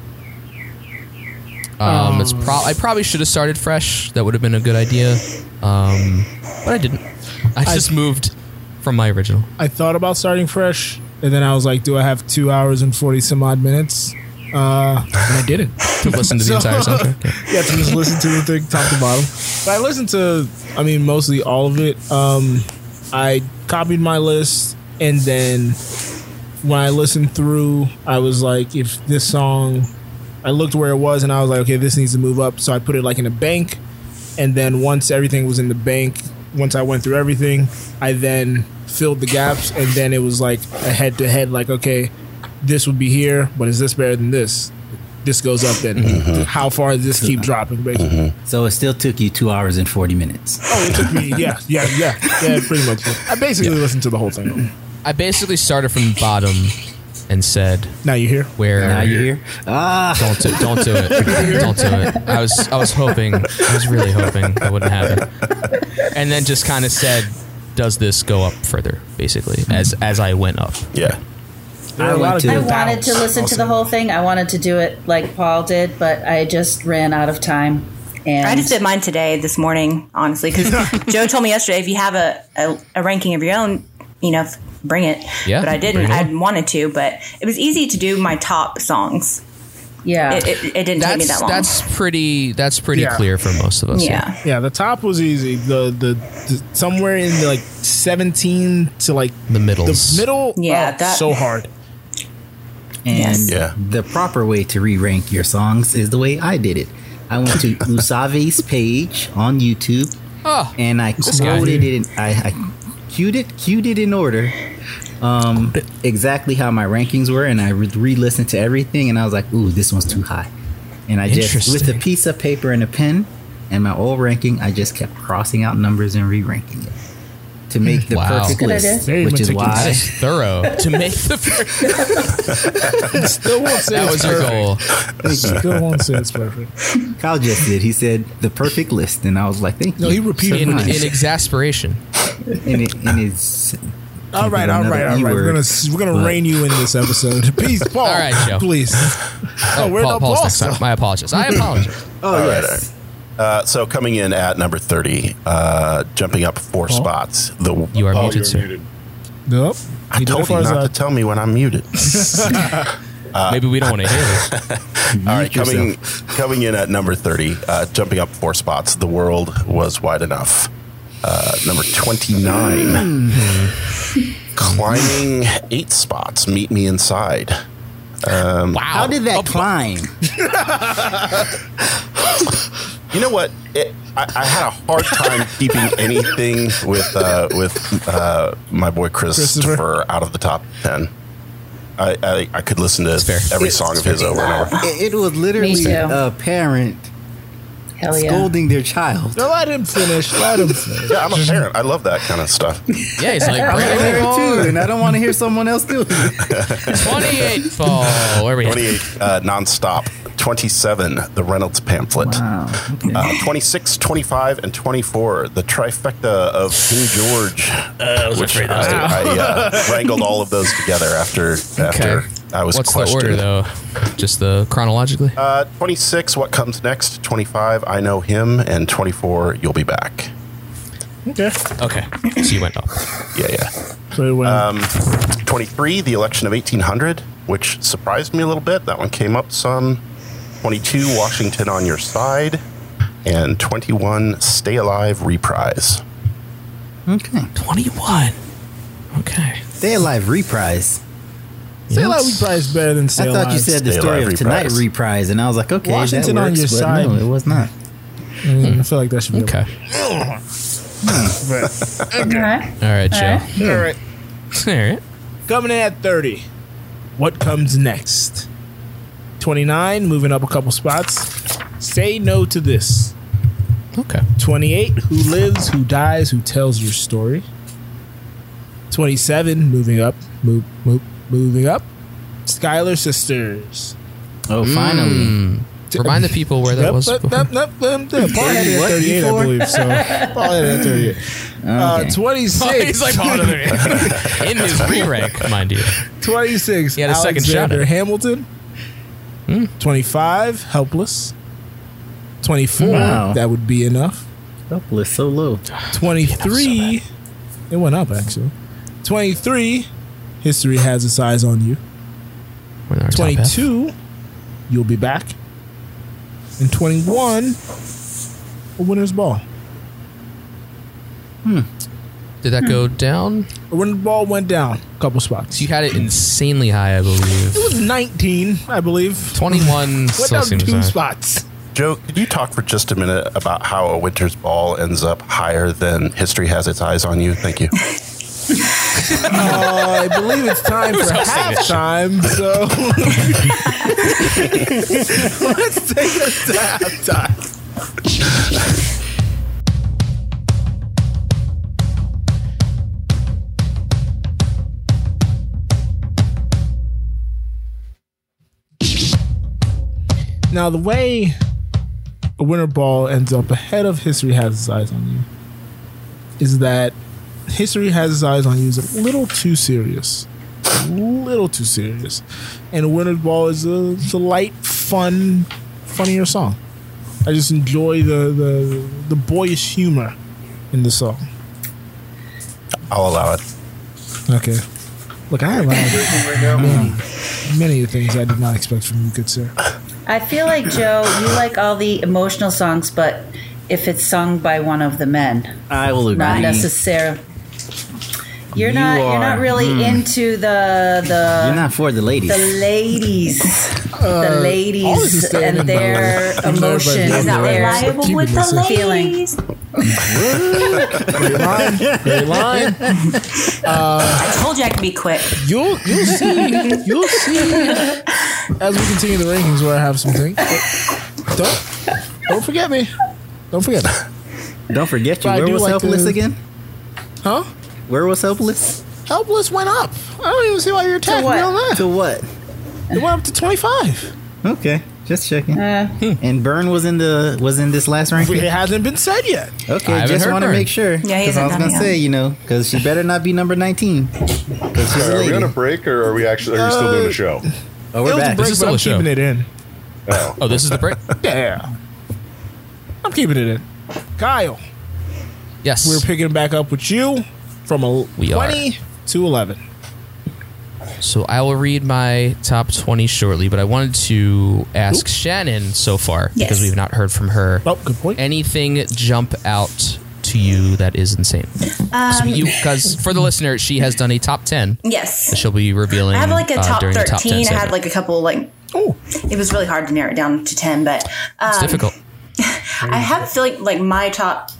B: Um, it's pro- I probably should have started fresh. That would have been a good idea, um, but I didn't. I
A: I-
B: just moved from my original.
A: I thought about starting fresh, and then I was like, "Do I have two hours and forty some odd minutes?" Uh, and I didn't
B: to listen
A: *laughs*
B: to the entire soundtrack?
A: yeah, to just listen to the thing top to bottom. But I listened to, I mean, mostly all of it. Um, I copied my list, and then when I listened through, I was like, if this song, I looked where it was, and I was like, okay, this needs to move up. So I put it like in a bank, and then once everything was in the bank, once I went through everything, I then filled the gaps, and then it was like a head to head, like okay, this would be here, but is this better than this? This goes up then.
B: Mm-hmm.
A: How far does this keep dropping? Basically.
G: So it still took you two hours and 40 minutes.
A: Oh, it took me. Yeah, yeah, yeah, yeah.
B: *laughs*
A: Pretty much. I basically listened to the whole thing.
B: I basically started from the bottom and said,
A: "Now you hear?
B: Where?
A: Now you
G: hear? Ah!
B: Don't do, don't do it. don't do it. I was I was hoping. I was really hoping that wouldn't happen. And then just kind of said, "Does this go up further?" Basically, as as I went up.
I: Yeah.
A: There are a lot of
H: I
A: good
H: wanted to
A: battles.
H: listen to the whole thing. I wanted to do it like Paul did, but I just ran out of time. And
J: I just did mine today, this morning, honestly, because Joe told me yesterday if you have a, a, a ranking of your own, you know, bring it.
H: Yeah,
J: but I didn't.
H: bring it.
J: I wanted to, but it was easy to do my top songs.
H: Yeah.
J: It, it, it didn't take me
B: That's
J: that long.
B: that's pretty that's pretty
A: Yeah.
B: clear for most of us.
J: Yeah.
A: Yeah, the top was easy. The the, the somewhere in the, like seventeen to like
B: the middles.
A: the middle.
J: Yeah,
A: oh,
J: that-
A: so hard.
G: And
A: Yes.
G: the proper way to re rank your songs is the way I did it. I went *laughs* to Usave's page on YouTube
B: Oh,
G: and I
B: This guy.
G: quoted it. In, I, I queued it, queued it in order, um, exactly how my rankings were, and I re listened to everything, and I was like, "Ooh, this one's too high," and I just with a
B: Interesting.
G: piece of paper and a pen and my old ranking, I just kept crossing out numbers and re-ranking it to make the
B: Mm, Wow.
G: perfect list, which is
B: That
G: why.
B: is thorough *laughs* to make the
A: Still won't say
B: that
A: it's
B: was your
A: perfect.
B: goal.
A: Still won't say it's perfect.
B: *laughs*
G: Kyle just did. He said the perfect list, and I was like, "Thank you."
A: No, he repeated
G: so
B: in,
G: much."
B: in exasperation.
G: and it, and it's
A: All right, all right, all right. We're gonna s- we're gonna
G: But-
A: rein you in this episode. *laughs* Peace, Paul.
B: All right, Joe.
A: Please.
B: Oh,
A: we're
B: Paul,
A: not
B: Paul's
A: Paul
B: next time. I apologize. *laughs* I apologize.
G: Oh,
I: All right, all right. Uh, so coming in at number 30, uh, jumping up four spots. The
B: You
E: Oh,
B: are muted, sir.
A: Nope.
I: I
A: He did it
I: told
A: for
I: you
A: his,
I: not
A: uh,
I: to tell me when I'm
B: *laughs*
I: muted.
B: Maybe we don't want to
J: *laughs*
B: hear this.
I: All right, coming coming in at number thirty, uh, jumping up four spots. The
B: Hmm.
I: world was wide enough. Uh, number twenty nine, climbing eight spots. Meet me inside. Um, wow!
G: How did that climb?
I: you know what? It, I, I had a hard
B: *laughs*
I: time keeping anything with uh, with uh, my boy Christopher out of the top ten. I, I, I could listen to every song of his over and over.
G: It, it was literally
I: too.
G: a parent
H: Hell yeah.
G: scolding their child.
A: No, let him finish. Let him finish.
I: Yeah, I'm a parent. I love that kind of
B: *laughs*
I: stuff.
B: Yeah, he's like,
G: I'm a
B: "Bring it
J: *laughs*
G: parent
B: on."
G: too, and I don't want to hear someone else do it.
B: 28 fall. Where we
I: 28 uh, nonstop. 27, the Reynolds pamphlet. Uh, 26, 25, and 24, the trifecta of King George.
B: I was
I: which
B: afraid Uh, that was
I: I, I,
B: it.
I: uh, wrangled all of those together
B: *laughs*
I: after after I was
B: What's
I: questioned.
B: the order though? Just the chronologically.
I: Uh, 26, what comes next? 25, I know him. And 24, you'll be back.
A: Okay.
B: Okay. So you went up.
I: Yeah, yeah. Um, 23, the election of 1800, which surprised me a little bit. That one came up some. 22, Washington on your side. And 21, Stay Alive Reprise.
G: Okay.
B: 21. Okay.
G: Stay Alive Reprise.
A: Stay Alive Reprise is better than Stay
G: I thought you
A: Alive.
G: said the
A: Stay
G: story
A: Alive
G: of tonight
A: Reprise.
G: reprise. and I was like, okay,
A: Washington
G: that
A: on
G: works,
A: your
G: but
A: side.
G: No, it was not.
A: Mm, I feel like that should be
B: okay.
A: okay.
B: All right, Joe.
A: All right.
B: All right.
A: Coming in at 30. What comes next? 29, moving up a couple spots. Say no to this.
B: Okay.
A: 28, who lives, who dies, who tells your story. 27, moving up, move, move, moving up. Skylar Sisters.
G: Oh,
B: Mm. Remind the people where that was
A: Nope,
B: *laughs* before.
A: nope, nope, nope, nope. Paul had it at
B: What
A: 38, I
B: before?
A: believe. So *laughs* Paul had it at 38. Uh, 26.
B: He's like Paul *laughs* in his re-rank, mind you.
A: 26.
B: had a second shot
A: Alexander
B: at it. Hmm.
A: Hamilton. 25. Helpless. 24.
G: Wow.
A: That would be enough.
G: Helpless, so low.
A: 23. it went up, actually. 23. History has its eyes on you.
B: We're in our top half.
A: 22. You'll be back. And 21. A winner's ball.
B: Did that go down?
A: A winner's ball went down a couple spots.
B: You had it insanely high, I believe.
A: It was 19, I believe.
B: 21
A: went
B: still
A: down
B: seems
A: two
B: high.
A: spots.
I: Joe, could you talk for just a minute about how a winter's ball ends up higher than history has its eyes on you? Thank you.
A: Uh, I believe it's time for
I: Who's hosting this shit?
A: halftime.
I: *laughs*
A: So let's take us to halftime. Now, the way a winter ball ends up ahead of history has its eyes on you is that history has its eyes on you is a little too serious. A little too serious. And Winter's Ball is a, it's a light, fun, funnier song. I just enjoy the, the, the boyish humor in the song.
I: I'll allow it.
A: Okay. Look, I allowed many, many things I did not expect from you, good sir.
H: I feel like Joe, you like all the emotional songs, but if it's sung by one of the men,
G: I will agree.
H: not necessarily. You're
G: You
H: not. You're
G: are-
H: not really
G: hmm.
H: into the the.
G: You're not for the ladies.
H: The ladies, the
G: all this is
H: ladies,
G: staying in,
H: and
G: by the
H: their
G: way. Even
H: emotions,
G: though everybody's down there,
H: their
G: it's like keeping this in.
H: feelings.
A: Great line. Great line.
J: I told you I could be quick.
A: You'll you'll see you'll see as we continue the rankings where I have something. Don't don't forget me. Don't forget me.
G: Don't forget
A: But
G: you.
A: I
G: Where
A: do
G: was
A: like
G: helpless
A: to-
G: again?
A: Huh?
G: Where
A: *laughs*
G: was helpless?
A: Helpless went up. I don't even see why you're attacking me on that.
G: To what?
A: It went up to twenty five.
G: Okay, just checking.
A: Uh,
G: and Burn was in the was in this last ranking.
A: It hasn't been said yet.
G: Okay,
A: I haven't
G: just
A: heard
G: want to
A: Burn.
G: make sure.
A: Yeah, he
G: 'cause I
A: hasn't
G: was
A: done
G: gonna
A: it
G: say,
A: yet.
G: you know, because she better not be number nineteen. 'Cause she's a
E: Are we on
G: lady.
E: a break or are we actually are we still
B: Uh,
E: doing a show?
G: Oh, we're back.
A: Break, but I'm keeping it in.
E: Oh.
B: oh, this is
A: *laughs*
B: the break.
A: Yeah, I'm keeping it in. Kyle.
B: Yes.
A: We're picking back up with you from a
B: We are.
A: twenty to eleven.
B: So I will read my top 20 shortly, but I wanted to ask Shannon so far
A: Yes.
B: because we've not heard from her.
A: Oh, good point.
B: Anything jump out to you that is insane?
J: Um,
B: Because for the listener, she has done a top ten.
J: Yes.
B: that she'll be revealing.
J: I have like a
B: uh,
J: top
B: during the
J: 13.
B: top 10
J: I had
B: segment.
J: like a couple, like, it was really hard to narrow it down to 10, but um,
B: it's difficult.
J: I have a feeling like my top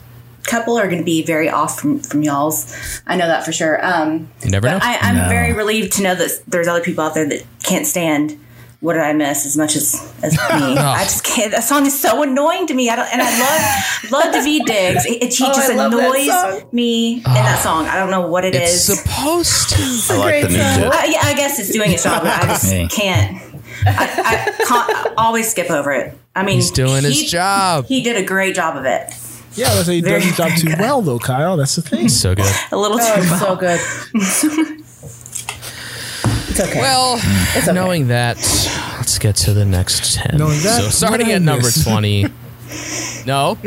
J: couple are going to be very off from, from y'all's. I know that for sure. Um,
B: You never
J: but
B: know.
J: I, I'm
B: No.
J: very relieved to know that there's other people out there that can't stand what did I miss as much as
B: *laughs*
J: as me.
B: Oh.
J: I just can't. That song is so annoying to me. I don't, and I love love David Diggs. It,
B: *laughs*
J: it- he
L: Oh, I
J: just
L: love that
J: annoys me in that song. I don't know what it
B: Ah. It's
J: is.
B: supposed
J: *laughs*
B: to.
J: I
I: like the new song.
J: Uh, yeah, I guess it's doing its job. But I just
I: Hey.
J: can't. I, I can't I always skip over it. I mean,
A: He's doing his
J: job. He did a great job of it.
A: Yeah, let's say he
J: Very
A: does his job too well, though, Kyle. That's the thing.
B: So good.
J: A little too
H: Oh, it's
J: well.
H: so good.
J: It's okay. *sighs*
B: Well, knowing that, let's get to the next ten.
J: Knowing that,
B: so
J: what
B: starting
J: I
B: at number
J: miss. *laughs*
B: twenty. No,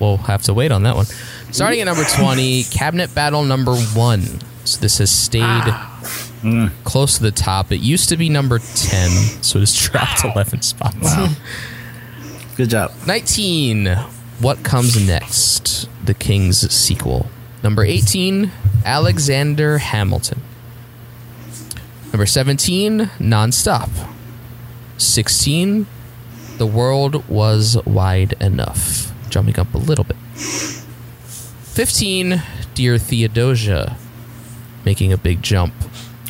B: we'll have to wait on that one. Starting at number twenty, cabinet battle number one. So this has stayed close to the top. It used to be number ten, so it has dropped eleven spots.
G: Wow.
B: Good job. Nineteen. What comes next? The King's sequel. Number eighteen, Alexander Hamilton. Number 17, Nonstop. 16, The World Was Wide Enough. Jumping up a little bit. 15, Dear Theodosia. Making a big jump.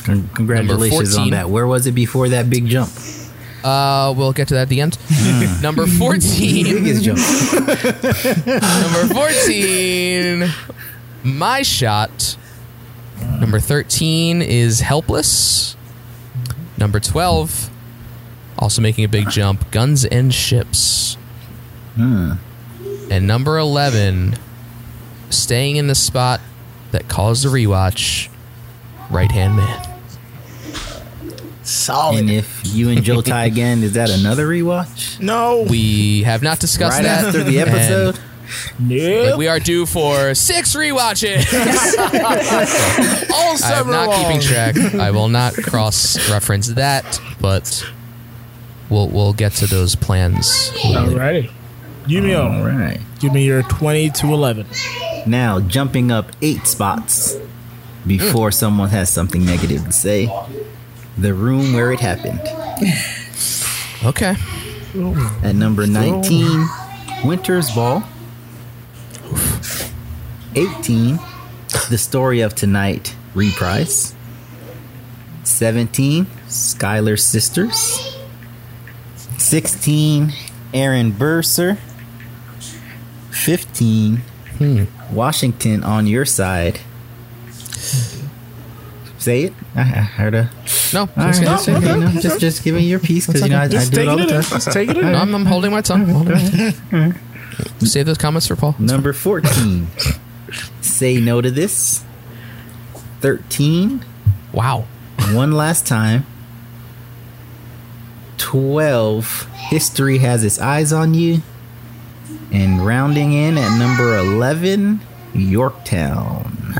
G: Congratulations on that. Where was it before that big jump?
B: Uh, we'll get to that at the end. Number 14.
G: Biggest jump.
B: Number 14, My Shot. Number 13 is Helpless. Number 12, also making a big jump, Guns and Ships.
G: Hmm.
B: And number 11, staying in the spot that caused the rewatch, Right Hand Man.
A: Solid.
G: *laughs* And if you and Joe tie again, is that another rewatch?
A: No.
B: We have not discussed
G: Right
B: that.
G: *laughs* after the
B: and
G: episode?
B: like, we are due for six rewatches. *laughs*
A: All
B: I am
A: summer
B: not
A: long.
B: keeping track. I will not cross reference that, but we'll we'll get to those plans.
A: Alrighty. Yumio.
G: All right.
A: Give me your 20 to 11.
G: Now, jumping up eight spots
E: Hmm.
G: before someone has something negative to say. The room where it happened.
B: Okay.
G: At number 19, Winter's Ball. 18, The Story of Tonight reprise. 17, Skylar Sisters. 16, Aaron Burser. 15,
B: Hmm.
G: Washington on your side. Say it. I I heard a.
B: No,
G: All right,
B: just-
G: just,
B: no,
G: okay,
B: okay,
G: no,
B: okay.
G: just just giving your piece because
B: It's
G: you know I, I
B: okay. Just
G: do it all the
B: taking
G: time.
B: it in. Just taking it in.
G: All right.
B: I'm- I'm holding my tongue. Holding my tongue. Save those comments for Paul.
G: Number 14. *laughs* Say no to this. 13.
B: Wow.
G: One last time. 12. History has its eyes on you. And rounding in at number 11, Yorktown.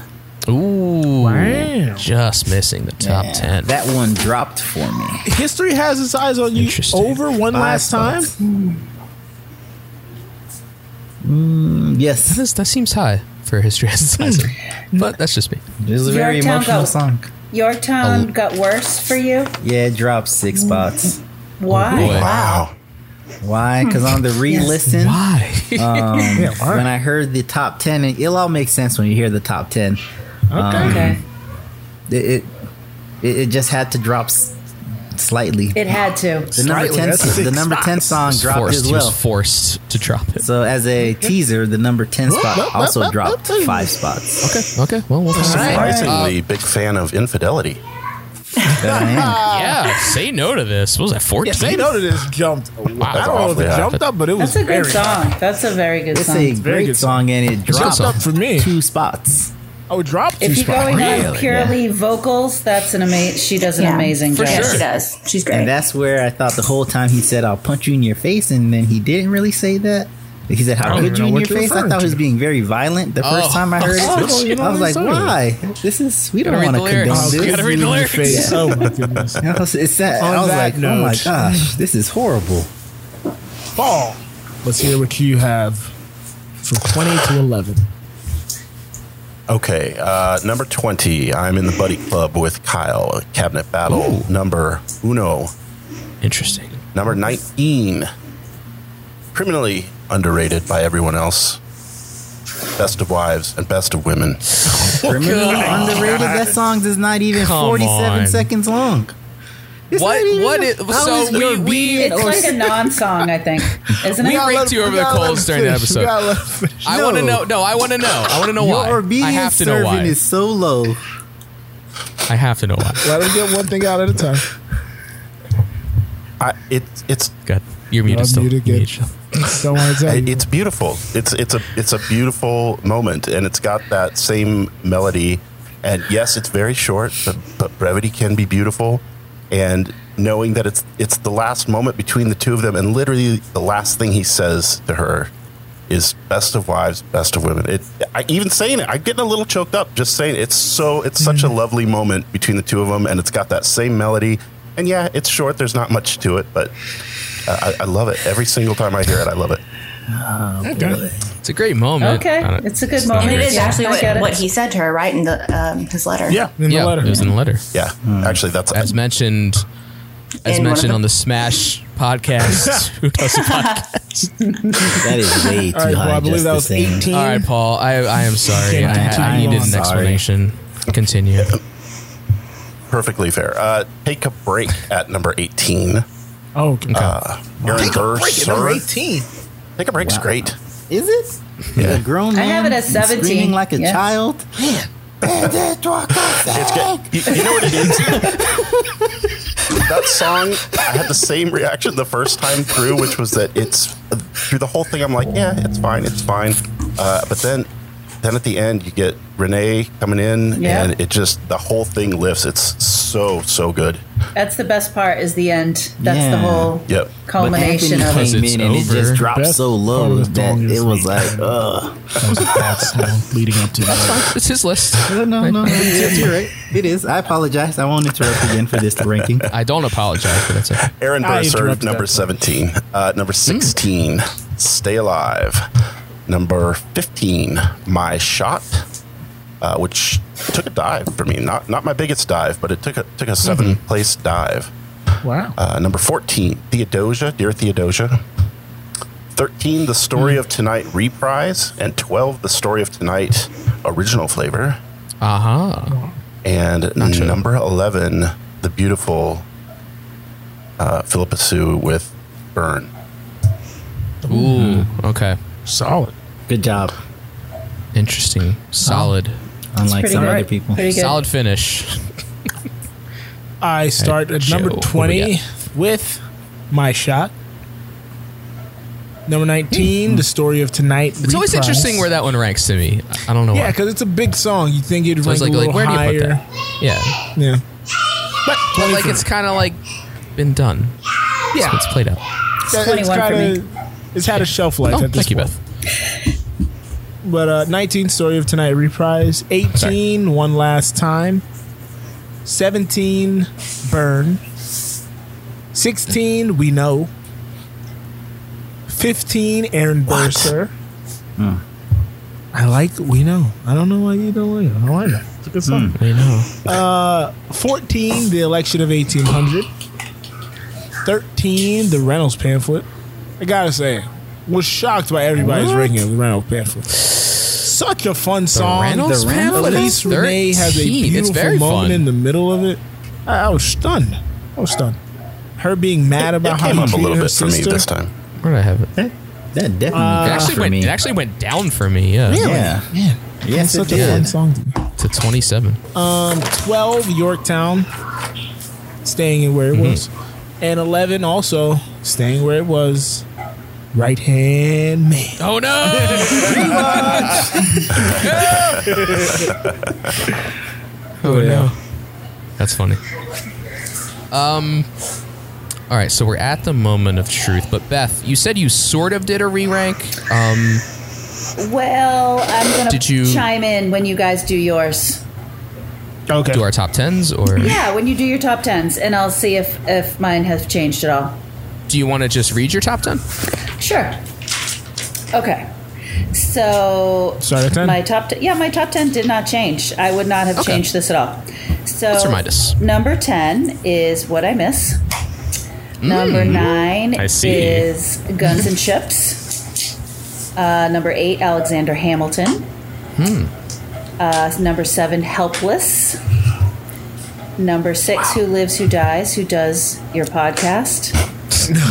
B: Ooh.
A: Wow.
B: Just missing the top 10.
G: That one dropped for me.
A: History has its eyes on you over one
G: Five
A: last
G: spots.
A: time.
G: Mm, yes. That,
B: is, that seems high for history
G: *laughs*
B: as a But that's just me.
G: This is a very
H: Yorktown
G: emotional
H: got-
G: song.
H: Yorktown got worse for you.
G: Yeah, it dropped six spots.
H: Why?
G: Wow. Why? Because on the re-listen,
B: why?
G: um,
H: Yeah, why?
G: when I heard the top ten, and it'll all make sense when you hear the top ten. Um,
H: Okay.
G: It, it it it just had to drop s- slightly.
H: It had to.
G: The number ten, the number ten song dropped
B: forced.
G: as
B: He was
G: well.
B: forced to drop it.
G: So as a teaser, the number ten spot also dropped five spots.
A: *laughs*
B: Okay. Okay. Well, we'll
I: Surprisingly big fan of infidelity.
B: yeah. Say no to this. What was that? 14?
A: Yeah, say no to this jumped.
B: Wow.
A: I don't know if it jumped up, but it was
H: That's a good
A: very high.
H: song. That's a very good
G: It's
H: song.
G: a great song, and it
A: It's a good
G: dropped
A: song. Up for me.
G: two spots.
A: I would drop two
H: If you're
A: spots.
H: going on purely vocals, that's an amazing. She does an
J: Yeah.
H: amazing
J: For
H: job.
J: sure. Yes, she does. She's
G: And that's where I thought the whole time he said, "I'll punch you in your face," and then he didn't really say that. He said,
A: I
G: "How
A: don't
G: could
A: even
G: you in
A: know
G: your
A: what you're
G: face?" I
A: referring
G: thought he was
A: to.
G: being very violent the first
A: Oh.
G: time I
A: *laughs*
G: heard it.
A: Oh, you don't- you don't
G: I was like,
A: even
G: "Why? This is we don't
A: Gotta
G: want to
A: read the
G: condone
A: lyrics.
G: this."
A: Gotta read the
H: *laughs*
A: lyrics.
G: Yeah.
A: Oh, my goodness.
G: I was, it's that,
A: On
G: I was
A: that
G: like, "Oh my
A: note.
G: gosh, this is horrible."
A: Paul, let's hear what you have from 20 to 11.
I: Okay, uh, number 20. I'm in the buddy club with Kyle. Cabinet battle number uno.
B: Interesting.
I: Number 19. Criminally underrated by everyone else. Best of wives and best of women.
G: Criminally underrated. That song is not even
I: Come
G: 47
I: on.
G: seconds long.
B: What? What is?
G: How
B: So
G: is
B: we
G: your
B: we
G: being
H: It's like a non-song, I think, isn't it?
B: we raked you over the coals during that episode. I want to know.
G: No.
B: No, I want to know. I want to know
G: Your
B: why. I
G: obedience
B: have to know
G: serving
B: why.
G: is so low.
B: I have to know why.
A: Let us get one thing out at a time.
I: I, it, it's
B: good. You're muted still.
A: again. Don't want to tell you.
I: It's beautiful. It's it's a it's a beautiful moment, and it's got that same melody. And yes, it's very short, but, but brevity can be beautiful. And knowing that it's it's the last moment between the two of them, and literally the last thing he says to her is "best of wives, best of women." It I, even saying it, I'm getting a little choked up just saying it. it's so it's such a lovely moment between the two of them, and it's got that same melody. And yeah, it's short. There's not much to it, but uh, I, I love it every single time I hear it. I love it.
A: Okay.
B: It's a great moment.
J: Okay.
B: I don't-
J: It's a good
B: not
J: moment. It
B: great.
J: is actually
H: I get
J: what,
H: it.
J: what he said to her, right? In the um, his letter.
B: yeah, It was in the letter.
I: Yeah, actually, that's
B: as mentioned. As
J: In one of
B: mentioned
J: the-
B: on the Smash podcast, who does a podcast?
G: That is *laughs* way too
A: All right,
G: high.
A: well, I believe
G: just
A: that
G: the
A: was
G: same.
A: 18.
B: All right, Paul. I, I am sorry.
A: Can't
B: I, had- I
A: continue
B: needed
A: on.
B: an
A: Sorry.
B: explanation. Continue.
I: perfectly fair. Uh, take a break at number 18.
A: Oh, okay.
I: Uh, Aaron
A: Take a break at number
I: Burr.
A: 18.
I: Take a break's great.
G: Is it?
I: Yeah.
G: A grown
H: I
G: man
H: have it at
G: and
H: 17,
G: screaming like a
H: yeah.
G: child.
I: It's good. You, you know what it is? that song, I had the same reaction the first time through, which was that it's through the whole thing. I'm like, yeah, it's fine, it's fine. Uh, but then, then at the end, you get Renee coming in,
H: Yeah.
I: and it just the whole thing lifts. It's so so good.
H: That's the best part. Is the end. That's the
G: Yeah.
H: whole
I: Yep.
H: culmination of
G: Anthony
H: it.
G: came in and it just dropped
A: Best
G: so
A: part of
G: low
A: the
G: that
A: song is
G: it was like, ugh.
A: That was a bad song leading up to
B: That's
A: that.
B: fine. It's his list.
G: *laughs* No, no, no, no. It's you're right. It is. I apologize. I won't interrupt again for this ranking.
B: I don't apologize, but that's it.
I: Aaron
A: I
I: Burser,
A: Ah, interrupted
I: number
A: that. Hmm.
I: 17. Uh, number 16, Stay Alive. Number 15, My Shot, uh, which took a dive for me. Not not my biggest dive, but it took a, took
A: Mm-hmm.
I: a 7 place dive.
A: Wow.
I: Uh, number 14, Theodosia, Dear Theodosia. 13, The Story
A: Hmm.
I: of Tonight Reprise. And 12, The Story of Tonight Original Flavor.
B: Uh huh.
I: And number 11, the beautiful uh, Philippa Sue with Burn.
B: Ooh. Okay.
A: Solid.
G: Good job.
B: Interesting. Solid.
G: Unlike
H: pretty
G: some
H: good.
G: other people.
H: Pretty good.
B: Solid finish.
A: I start at
B: Joe,
A: number
B: what we
A: 20 with my shot. Number
B: Hmm.
A: 19, the story of tonight.
B: It's always
A: Reprise.
B: interesting where that one ranks to me. I I don't know
A: Yeah,
B: why.
A: because it's a big song. You think it'd
B: So
A: rank
B: it's like,
A: a
B: like
A: little
B: where do you
A: higher.
B: put that? Yeah.
A: Yeah.
B: But like it's kind of like been done.
A: Yeah.
B: So it's played out.
A: Yeah,
H: 21 for
A: kinda- It's had a shelf life
B: Oh,
A: at this
B: thank you,
A: point.
B: Beth.
A: But uh, 19, Story of Tonight Reprise. 18, One Last Time. 17, Burn. 16, We Know. 15, Aaron Burser. I like We Know. I don't know why you don't like it. I like it. It's a good song.
B: We know.
A: 14, The Election of 1800. 13, The Reynolds Pamphlet. I gotta say, was shocked by everybody's ranking of The Reynolds Pamphlet. Such a fun song.
B: Reynolds
A: The Reynolds-
B: Pamphlet
A: At
B: is
A: least Renee has a
B: 13. It's
A: beautiful
B: very
A: moment
B: fun.
A: in the middle of it. I, I was stunned. I was stunned. Her being mad
I: It
A: about how
I: came
A: he
I: up a
A: treated
I: little
A: her
I: bit for me
A: sister.
I: this time.
B: Where did I have it? It
G: That definitely got
B: Uh, actually
G: for
B: went.
G: me.
B: It actually went down for me. Yeah.
G: yeah.
A: Man,
G: Yes, it
A: such a
G: did.
A: fun song to me.
B: To twenty-seven.
A: 12 Um, Yorktown, staying in where it was, and 11 also staying where it was. Right hand man.
B: Oh no!
A: Oh, yeah.
B: *laughs* That's funny. Um. All right, so we're at the moment of truth, but Beth, you said you sort of did a re rank. Um,
H: Well, I'm gonna
B: Did you-
H: chime in when you guys do yours.
A: Oh, Okay.
B: do our top tens, or
H: Yeah, when you do your top tens, and I'll see if if mine have changed at all.
B: do you want to just read your top ten?
H: Sure. Okay. So
A: Sorry, 10?
H: my top t- yeah my top ten did not change. I would not have
B: Okay.
H: changed this at all. So
B: Let's remind us.
H: number ten is what I miss. Number
B: Mm.
H: nine
B: I see.
H: is Guns and Ships. Uh, number eight, Alexander Hamilton.
B: Hmm.
H: Uh, number seven, Helpless. Number six, Who Lives, Who Dies, Who Does Your Podcast.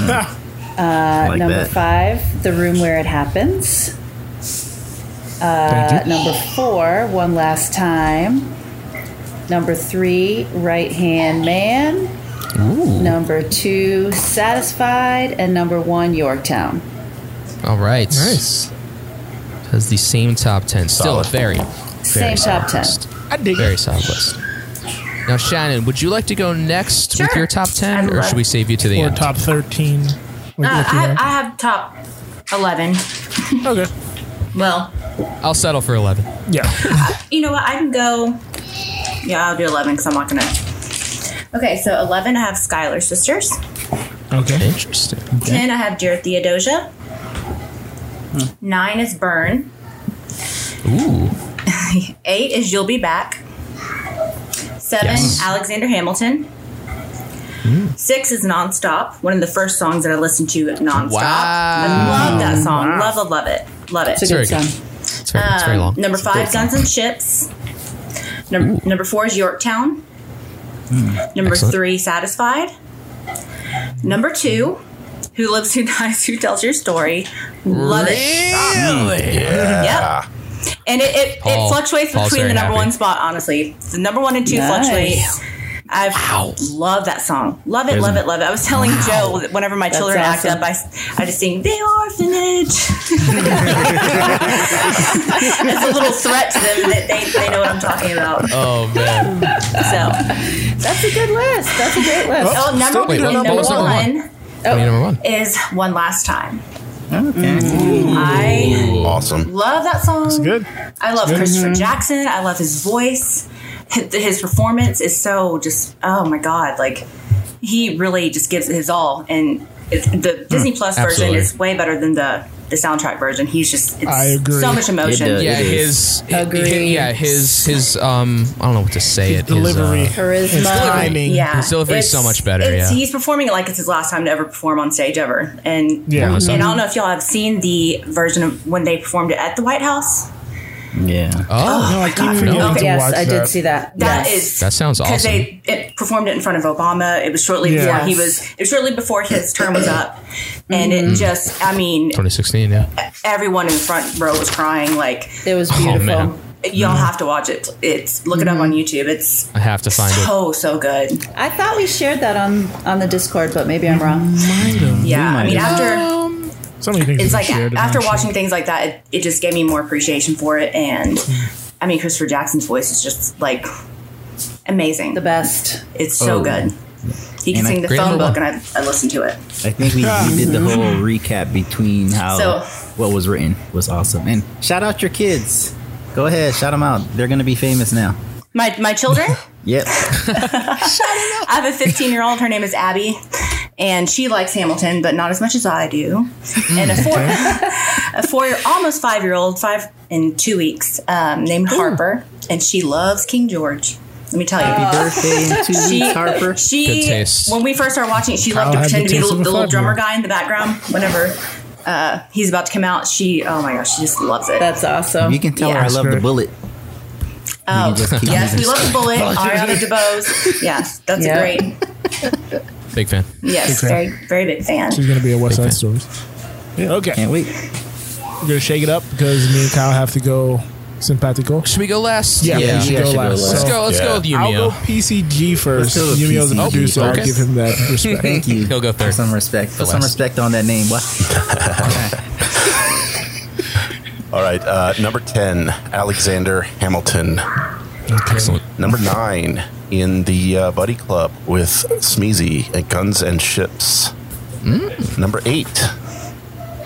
H: uh,
L: Like
H: number
L: that.
H: five, The Room Where It Happens. Uh,
L: Thank you.
H: number four, One Last Time. Number three, Right Hand Man. Number two, Satisfied. And number one, Yorktown.
B: All right. Nice. Has the same top 10. Still
H: Solid.
B: very,
H: Same
B: very
H: top
B: solid
H: ten.
B: list.
A: I dig
B: Very solid list. Now, Shannon, would you like to go next with your top 10,
J: I'd
B: or
J: love-
B: should we save you to the
A: or
B: end?
A: top thirteen.
J: Uh,
A: What- what you
J: I,
A: have?
J: I have top 11.
A: okay.
J: Well,
B: I'll settle for 11.
A: Yeah.
J: you know what? I can go. Yeah, I'll do 11 because I'm not going to. Okay, so 11, I have Skylar Sisters.
A: Okay.
B: Interesting.
J: 10, I have Jared Theodosia.
L: Hmm.
J: 9 is Burn.
B: Ooh.
J: 8 is You'll Be Back. 7,
B: Yes.
J: Alexander Hamilton.
B: Mm.
J: 6 is Nonstop, one of the first songs that I listened to nonstop. I
B: Wow.
J: love that song.
B: Wow.
J: Love, love, love it. Love it.
B: It's very good. It's very, it's very
J: Um,
B: long.
J: Number five, Guns and Ships. Number, number four is Yorktown. Number
B: Excellent.
J: three, Satisfied. Number two, Who Lives, Who Dies, Who Tells Your Story. Love it.
I: Yeah.
J: Yep. And it, it,
I: Paul-
J: it fluctuates
I: Paul's
J: between
I: very
J: the number
I: happy.
J: one spot, honestly. The number one and two
H: Nice.
J: fluctuates. I love that song. Love it,
H: Isn't
J: love
H: it?
J: it, love it. I was telling Joe that whenever my
H: That's
J: children act
H: awesome.
J: up, I, I just sing "The Orphanage." *laughs* It's a little threat to them that they, they know what I'm talking about.
B: Oh, man.
J: So
H: that's a good list. That's a great list.
J: Oh, number,
B: Wait, what-
J: number
B: what was number
J: one,
B: one? Oh. number one.
J: is one last time. I
I: Awesome.
J: love that song.
I: good.
J: I love
I: It's good.
J: Christopher
I: Mhm.
J: Jackson. I love his voice. His, his performance is so just oh my god! Like he really just gives it his all, and it, the Disney Plus version
B: absolutely.
J: is way better than the the soundtrack version. He's just it's so much emotion.
B: yeah, his, his yeah, his his um I don't know what to say it
A: delivery.
B: his, uh,
J: Charisma,
B: his delivery,
J: yeah,
B: his delivery is so
J: It's-
B: much better.
J: it's-
B: Yeah,
J: he's performing it like it's his last time to ever perform on stage ever, and
B: Yeah.
J: and
B: Awesome.
J: I don't know if y'all have seen the version of when they performed it at the White House.
G: Yeah.
B: Oh,
A: no, I keep forgetting to watch that.
J: That
B: Yes.
J: is
B: That sounds
J: because
B: awesome.
J: they it performed it in front of Obama. It was shortly
B: Yeah.
J: before he
B: Yes.
J: was. It was shortly before his term was up, and it
H: Mm-hmm.
B: Mhm.
J: just. I mean,
B: 2016. Yeah,
J: everyone in the front row was crying. Like
H: it was
B: Oh, man. beautiful.
J: Y'all have to watch it. It's look it up on YouTube. It's
B: I have to find it.
J: so so good.
H: Mm-hmm. I thought we shared that on on the Discord, but maybe I'm wrong.
J: Yeah, I mean after
A: so many things.
J: it's
A: we
J: like
A: shared and
J: after
A: not shared.
J: watching things like that, it, it just gave me more appreciation for it. And I mean, Christopher Jackson's voice is just like amazing. The
H: best.
J: It's so
G: Oh.
J: good. He can
G: And I-
J: sing the
G: Great
J: phone
G: number
J: book, and I, I listen to it.
G: I think we, we did the
B: *laughs*
G: whole recap between how
J: So-
G: what was written was awesome. And shout out your kids. Go ahead, shout them out. They're going to be famous now.
J: My my
G: *laughs*
J: children.
G: Yep.
J: I have a 15 year old. Her name is Abby, and she likes Hamilton, but not as much as I do. And a four, *laughs* a four, almost five year old, five in two weeks, um,
G: Oh.
J: named Harper, and she loves King George. Let me tell you.
H: Uh.
G: Happy birthday in two
J: She-
G: weeks, Harper.
J: She,
G: Good taste.
J: when we first started watching it, she loved
G: Kyle
J: to
G: had the
J: pretend to be the,
G: taste of a
J: the little drummer
G: five-year-old.
J: guy in the background whenever uh, he's about to come out. She, oh my gosh, she just loves it.
H: That's awesome.
G: You can tell her I
J: Yeah.
G: love the bullet.
J: Oh,
G: You can just keep
J: yes, we
G: using-
J: love the bullet.
G: *laughs*
J: Ariana DeBose. Yes, that's
H: Yeah.
J: great.
B: Big fan.
J: Yes,
A: Okay.
J: very very big fan.
A: She's gonna be a West Side Stories. Yeah, okay.
G: Can't
B: *laughs*
G: wait.
A: We're gonna shake it up because me and Kyle have to go simpatico.
B: Should we go last?
A: Yeah,
B: Yeah.
A: we should
B: Yeah,
A: go
B: should go
A: last.
B: last. Let's go- let's go with
A: I'll
B: Yumio.
A: go PCG first.
G: Let's go with
A: Yumio's a
G: PCG.
A: producer.
G: Okay.
A: I'll give him that respect.
G: Thank you.
B: He'll go third.
G: Put some respect. Put some
I: last.
G: respect on that name. What?
I: All right. Uh, number 10, Alexander Hamilton.
B: Excellent.
I: Number nine, in the uh, Buddy Club with Smeezy at Guns and Ships. Number eight,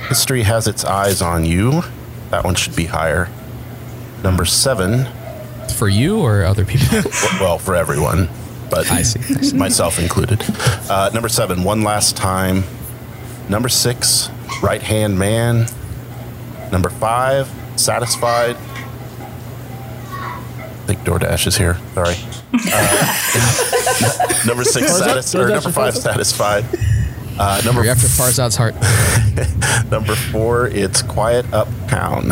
I: History Has Its Eyes on You. That one should be higher. Number seven.
B: For you or other people?
I: well, for everyone, but I see. *laughs* myself included. Uh, number seven, One Last Time. Number six, Right Hand Man. Number five, satisfied. I think DoorDash is here. Sorry. Uh, *laughs* number six,
B: Where's that-
I: satisfied.
B: where's
I: Or
B: that
I: number five, satisfied. Uh, number
B: Hurry up to Farzad's heart.
I: number four, it's Quiet Uptown.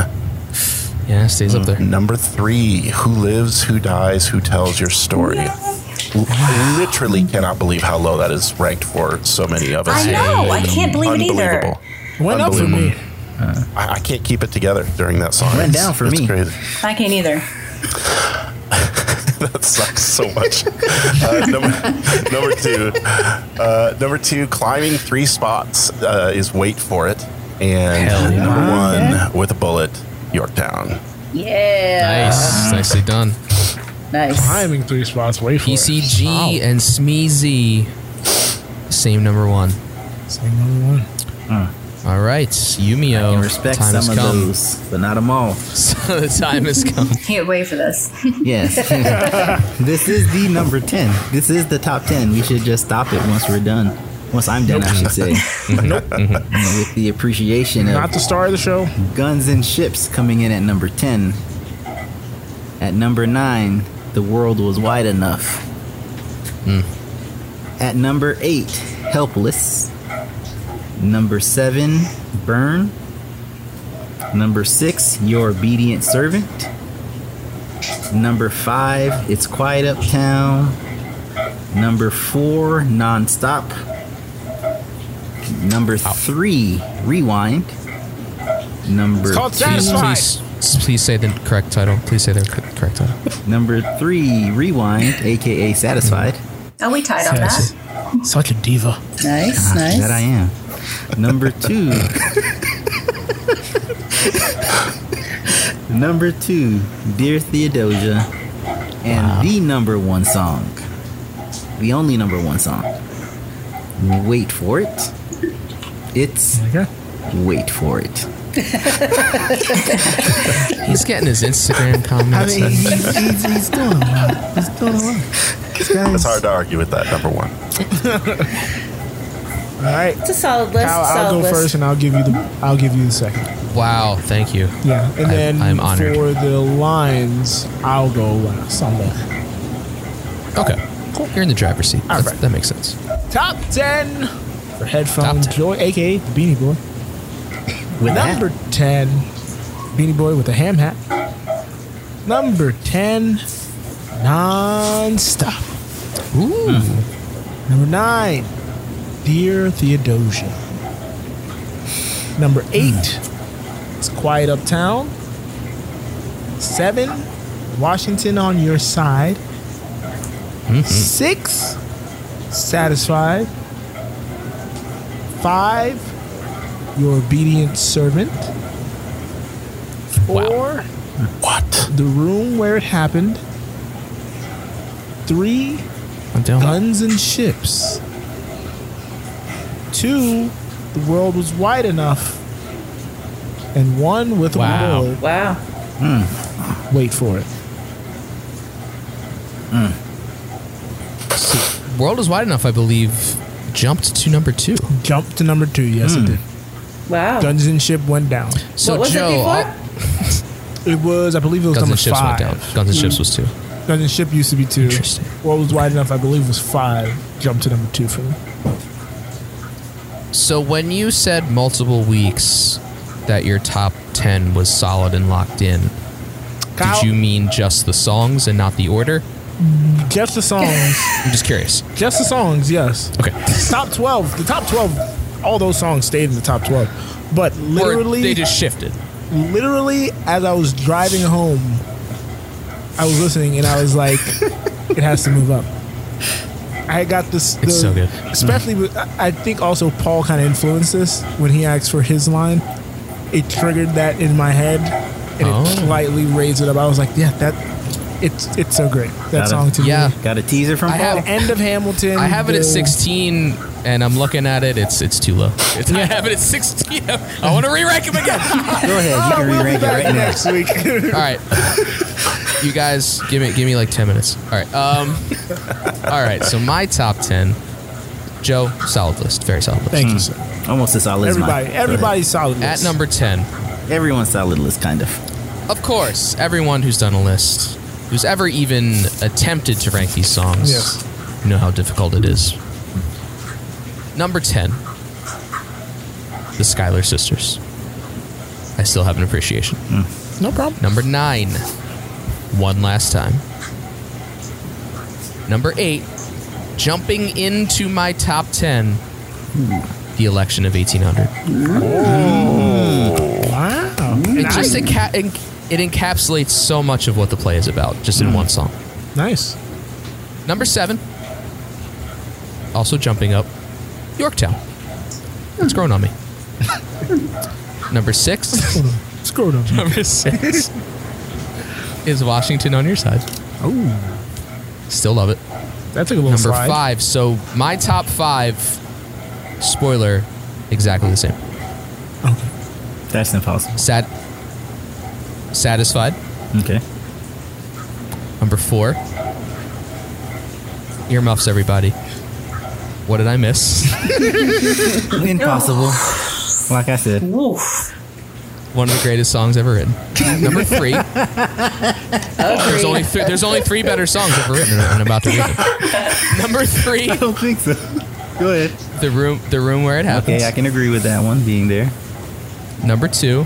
B: Yeah, stays up there.
I: Number three, Who Lives, Who Dies, Who Tells Your Story. I literally cannot believe how low that is ranked for so many of us.
J: I know. I can't believe it either.
I: Unbelievable.
A: Went up for me.
I: Unbelievable. I, I can't keep it together during that song.
G: Mm-hmm. Went
I: It's-
G: down for
I: it's
G: me.
I: Crazy. *laughs*
J: I can't either.
I: that sucks so much. Uh, number, *laughs* number two, uh, number two, climbing three spots uh, is wait for it, and number one with a bullet, Yorktown.
H: Yeah.
B: Nice. Nicely done.
H: Nice.
A: Climbing three spots way for
B: ECG and Smeezy. Same number one.
A: Same number one.
B: All right, Yumio.
G: respect
B: Oh, time has
G: some of
B: come.
G: those, but not them all.
B: *laughs* So the time has come.
J: Can't wait for this. *laughs*
G: Yes. *laughs* this is the number 10. This is the top 10. We should just stop it once we're done. Once I'm done, I should say.
A: *laughs*
G: *laughs*
A: Nope.
G: With the appreciation of
A: Not the star of the show.
G: Guns and Ships coming in at number 10. At number 9, The World Was Wide Enough.
B: Hmm.
G: At number 8, Helpless. Number 7, Burn. Number 6, Your Obedient Servant. Number 5, It's Quiet Uptown. Number 4, Nonstop. Number 3, Rewind. Number
B: It's called
G: two,
B: Please, please, please say the correct title. Please say the cor- correct title.
G: Number three, Rewind, aka Satisfied.
J: Are we tied on that?
A: Such a diva.
H: Nice, nice.
G: That I am. Number two. number two, Dear Theodosia, and the number one song, the only number one song. Wait for it. It's wait for it.
B: He's getting his Instagram comments.
G: he's, he's doing well. He's doing well.
I: It's hard to argue with that number one.
A: All right.
H: It's a solid list.
A: I'll,
H: solid
A: I'll go
H: list.
A: first, and I'll give you the I'll give you the second.
B: wow, thank you.
A: Yeah, and
B: I'm-
A: then
B: I'm honored.
A: for the lines, I'll go last on that.
B: Okay, you're in the driver's seat. That's- That makes sense.
A: Top ten for headphone joy, aka the Beanie Boy.
G: With
A: number ten, Beanie Boy with a ham hat. Number ten, nonstop.
B: Ooh.
A: Number nine, Dear Theodosia. Number eight, It's Quiet Uptown. Seven, Washington on Your Side. Six, Satisfied. Five, Your Obedient Servant. Four,
I: What?
A: The Room Where It Happened. Three,
B: I'm down.
A: Guns and Ships. Two, The World Was Wide Enough. And one with a
B: Wow.
A: bullet.
H: Wow.
A: Wait for it.
B: World is wide enough, I believe. Jumped to number two.
A: Jump to number two. Yes,
B: Hmm.
A: it did.
H: Wow.
A: Guns and Ship went down.
B: So
H: what was
B: Joe,
H: it
B: I'll-
H: before?
A: It was, I believe it was
B: Guns
A: number
B: and Ships
A: five.
B: went down. Guns and Ships was two.
A: Guns and Ship used to be two.
B: Interesting.
A: World Was Wide Enough, I believe, was five. Jump to number two for me.
B: So when you said multiple weeks that your top ten was solid and locked in,
A: Kyle?
B: did you mean just the songs and not the order?
A: Just the
B: *laughs*
A: songs.
B: I'm just curious.
A: just the songs, yes.
B: Okay.
A: Top 12. The top 12, all those songs stayed in the top 12. But literally.
B: or they just shifted.
A: literally as I was driving home, I was listening and I was
B: *laughs*
A: like, it has to move up. I got this.
B: It's so good.
A: Especially with, I I think also Paul kind of influenced this when he asked for his line. It triggered that in my head and
B: Oh.
A: it slightly raised it up. I was like, yeah, that, it's, it's so great. That
G: Got it.
A: song to
B: Yeah.
A: me.
G: Got a teaser from
B: I
G: Paul.
B: have-
A: The end of Hamilton.
B: I have it at
A: the-
B: 16, and I'm looking at it. It's it's too low. It's, I have it at 16. I want to re-rank them again.
G: Go ahead. You can re-rank it
A: Back *laughs*
G: right now.
A: next week. *laughs*
B: All right, you guys, give me give me like 10 minutes. All right, um, all right. So my top 10, Joe, solid list, very solid list.
A: Thank you, sir.
G: Almost as solid as mine.
A: Everybody,
G: Go ahead.
A: everybody's solid.
B: At
A: list.
B: number 10,
G: Everyone's solid list, kind of.
B: Of course, everyone who's done a list, who's ever even attempted to rank these songs,
A: Yes.
B: you know how difficult it is. Number 10, the Skylar Sisters. I still have an appreciation.
A: No problem.
B: Number 9, One Last Time. Number 8, jumping into my top 10, the election of 1800.
A: Wow.
B: It just enca- en- it encapsulates so much of what the play is about, just in one song.
A: Nice.
B: Number seven. Also jumping up, Yorktown. It's grown on me. *laughs* Number six.
A: Scroll down.
B: *laughs* Number six is Washington on your side. Oh, still love it.
A: That took a little
B: Number
A: slide.
B: five. So my top five. Spoiler, exactly the same.
G: That's impossible.
B: Sad. Satisfied.
G: Okay.
B: Number four. Earmuffs, everybody. What did I miss? *laughs*
G: Impossible. Like I said.
B: One of the greatest songs ever written. Number three.
H: Oh,
B: There's only th- there's only three better songs ever written, and I'm about to read them. Number three.
G: *laughs*
B: I
G: don't think so. Go ahead.
B: The room, the room where it happens.
G: Okay, I can agree with that one being there.
B: Number two.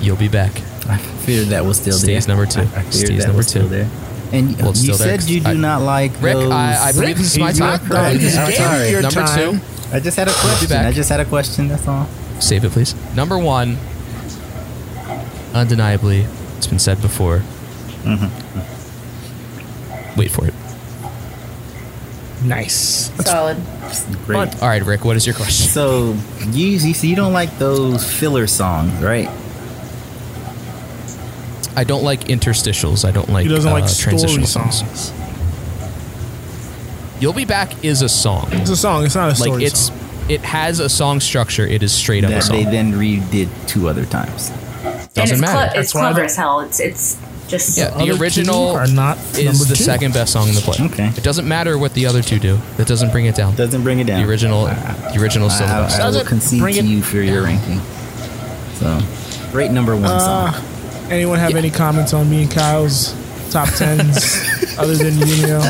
B: You'll be back.
G: I feared that was still
B: Stays
G: there.
B: number two.
G: I- I figured
B: Stays
G: that
B: number
G: was
B: two.
G: still there. And
B: Well, it's
G: you
B: still there
G: said
B: 'cause
G: you do
B: I-
G: not like
B: Rick,
G: those.
B: I- I believe Rick, this is my he's time. not I believe this is done. my time. Give your Number time.
G: I just had a question.
B: back.
G: I just had a question. That's all.
B: Save it, please. Number one. Undeniably, it's been said before. Wait for it.
A: Nice.
H: Solid.
G: Great.
B: All right, Rick. What is your question?
G: So you you, so you don't like those filler songs, right?
B: I don't like interstitials. I don't like.
G: He doesn't like
B: uh,
G: story
B: transitional songs. You'll be back is a song. It's
A: a song. It's not a
B: like
A: story
B: it's it has a song structure. It is straight up a
G: That they
B: song.
G: then redid two other times.
J: and
B: Doesn't
J: it's,
B: matter.
J: clever.
B: That's
J: it's
B: why
J: clever
B: they-
J: as hell. It's it's just
B: Yeah, the original is
G: number
B: the
G: two.
B: second best song in the play. Okay. It doesn't matter what the other two do. That doesn't bring it down.
G: Doesn't bring it down.
B: The original, the original still the
G: I,
B: best.
G: I will concede to you for your ranking. So, rate number one song.
A: Uh, anyone have any comments on me and Kyle's
B: *laughs*
A: top tens other than you know?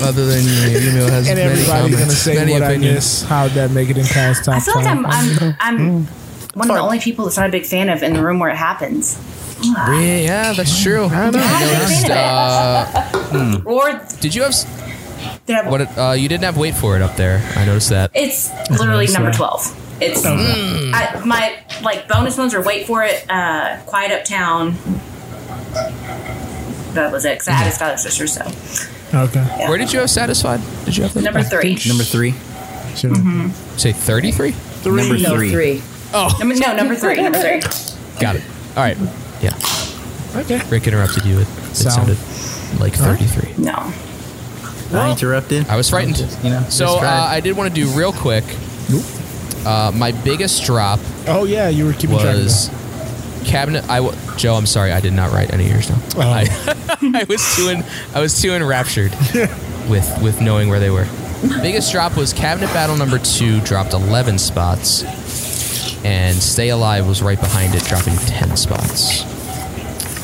B: Other than you know, has
A: and
B: many
A: everybody's
B: comments,
A: gonna say
B: many
A: what I
B: opinions.
A: miss. How'd that make it in Kyle's top
J: I feel like I'm
A: ten?
J: I'm I'm
B: Mm.
J: one of the only people that's not a big fan of in the room where it happens.
B: Re- Yeah, that's true. I noticed, uh,
J: *laughs*
B: hmm.
J: Or
B: Did you have s-
J: did I-
B: what? it- Uh, you didn't have wait for it up there. I noticed that.
J: It's literally
B: Yes,
J: number
B: sir.
J: twelve. It's
B: Okay.
J: I, my like bonus ones are wait for it, uh, quiet uptown. That was it. 'cause I had a Skylar sister, so
A: Okay.
B: Where did you have satisfied? Did you have that?
J: Number three.
G: Number three.
H: Mm-hmm.
J: Mhm.
B: Say thirty-three.
G: Number
J: No,
G: three.
B: Oh,
J: number,
B: *laughs*
J: no, number three. Number three.
B: Got it. All right. Yeah.
A: Okay.
B: Rick interrupted you. It, it
G: Sound.
B: sounded like
G: All right.
B: thirty-three.
J: No.
G: I interrupted.
B: I was frightened.
G: You know,
B: So
G: just
B: uh,
G: tried.
B: I did want to do real quick. Uh, my biggest drop.
A: Oh yeah, you were keeping track of
B: was cabinet. I w- Joe. I'm sorry, I did not write any of yours down.
G: Oh.
B: I, *laughs* I was too in, I was too
G: *laughs*
B: enraptured with with knowing where they were. Biggest drop was cabinet battle number two dropped 11 spots, and Stay Alive was right behind it, dropping 10 spots.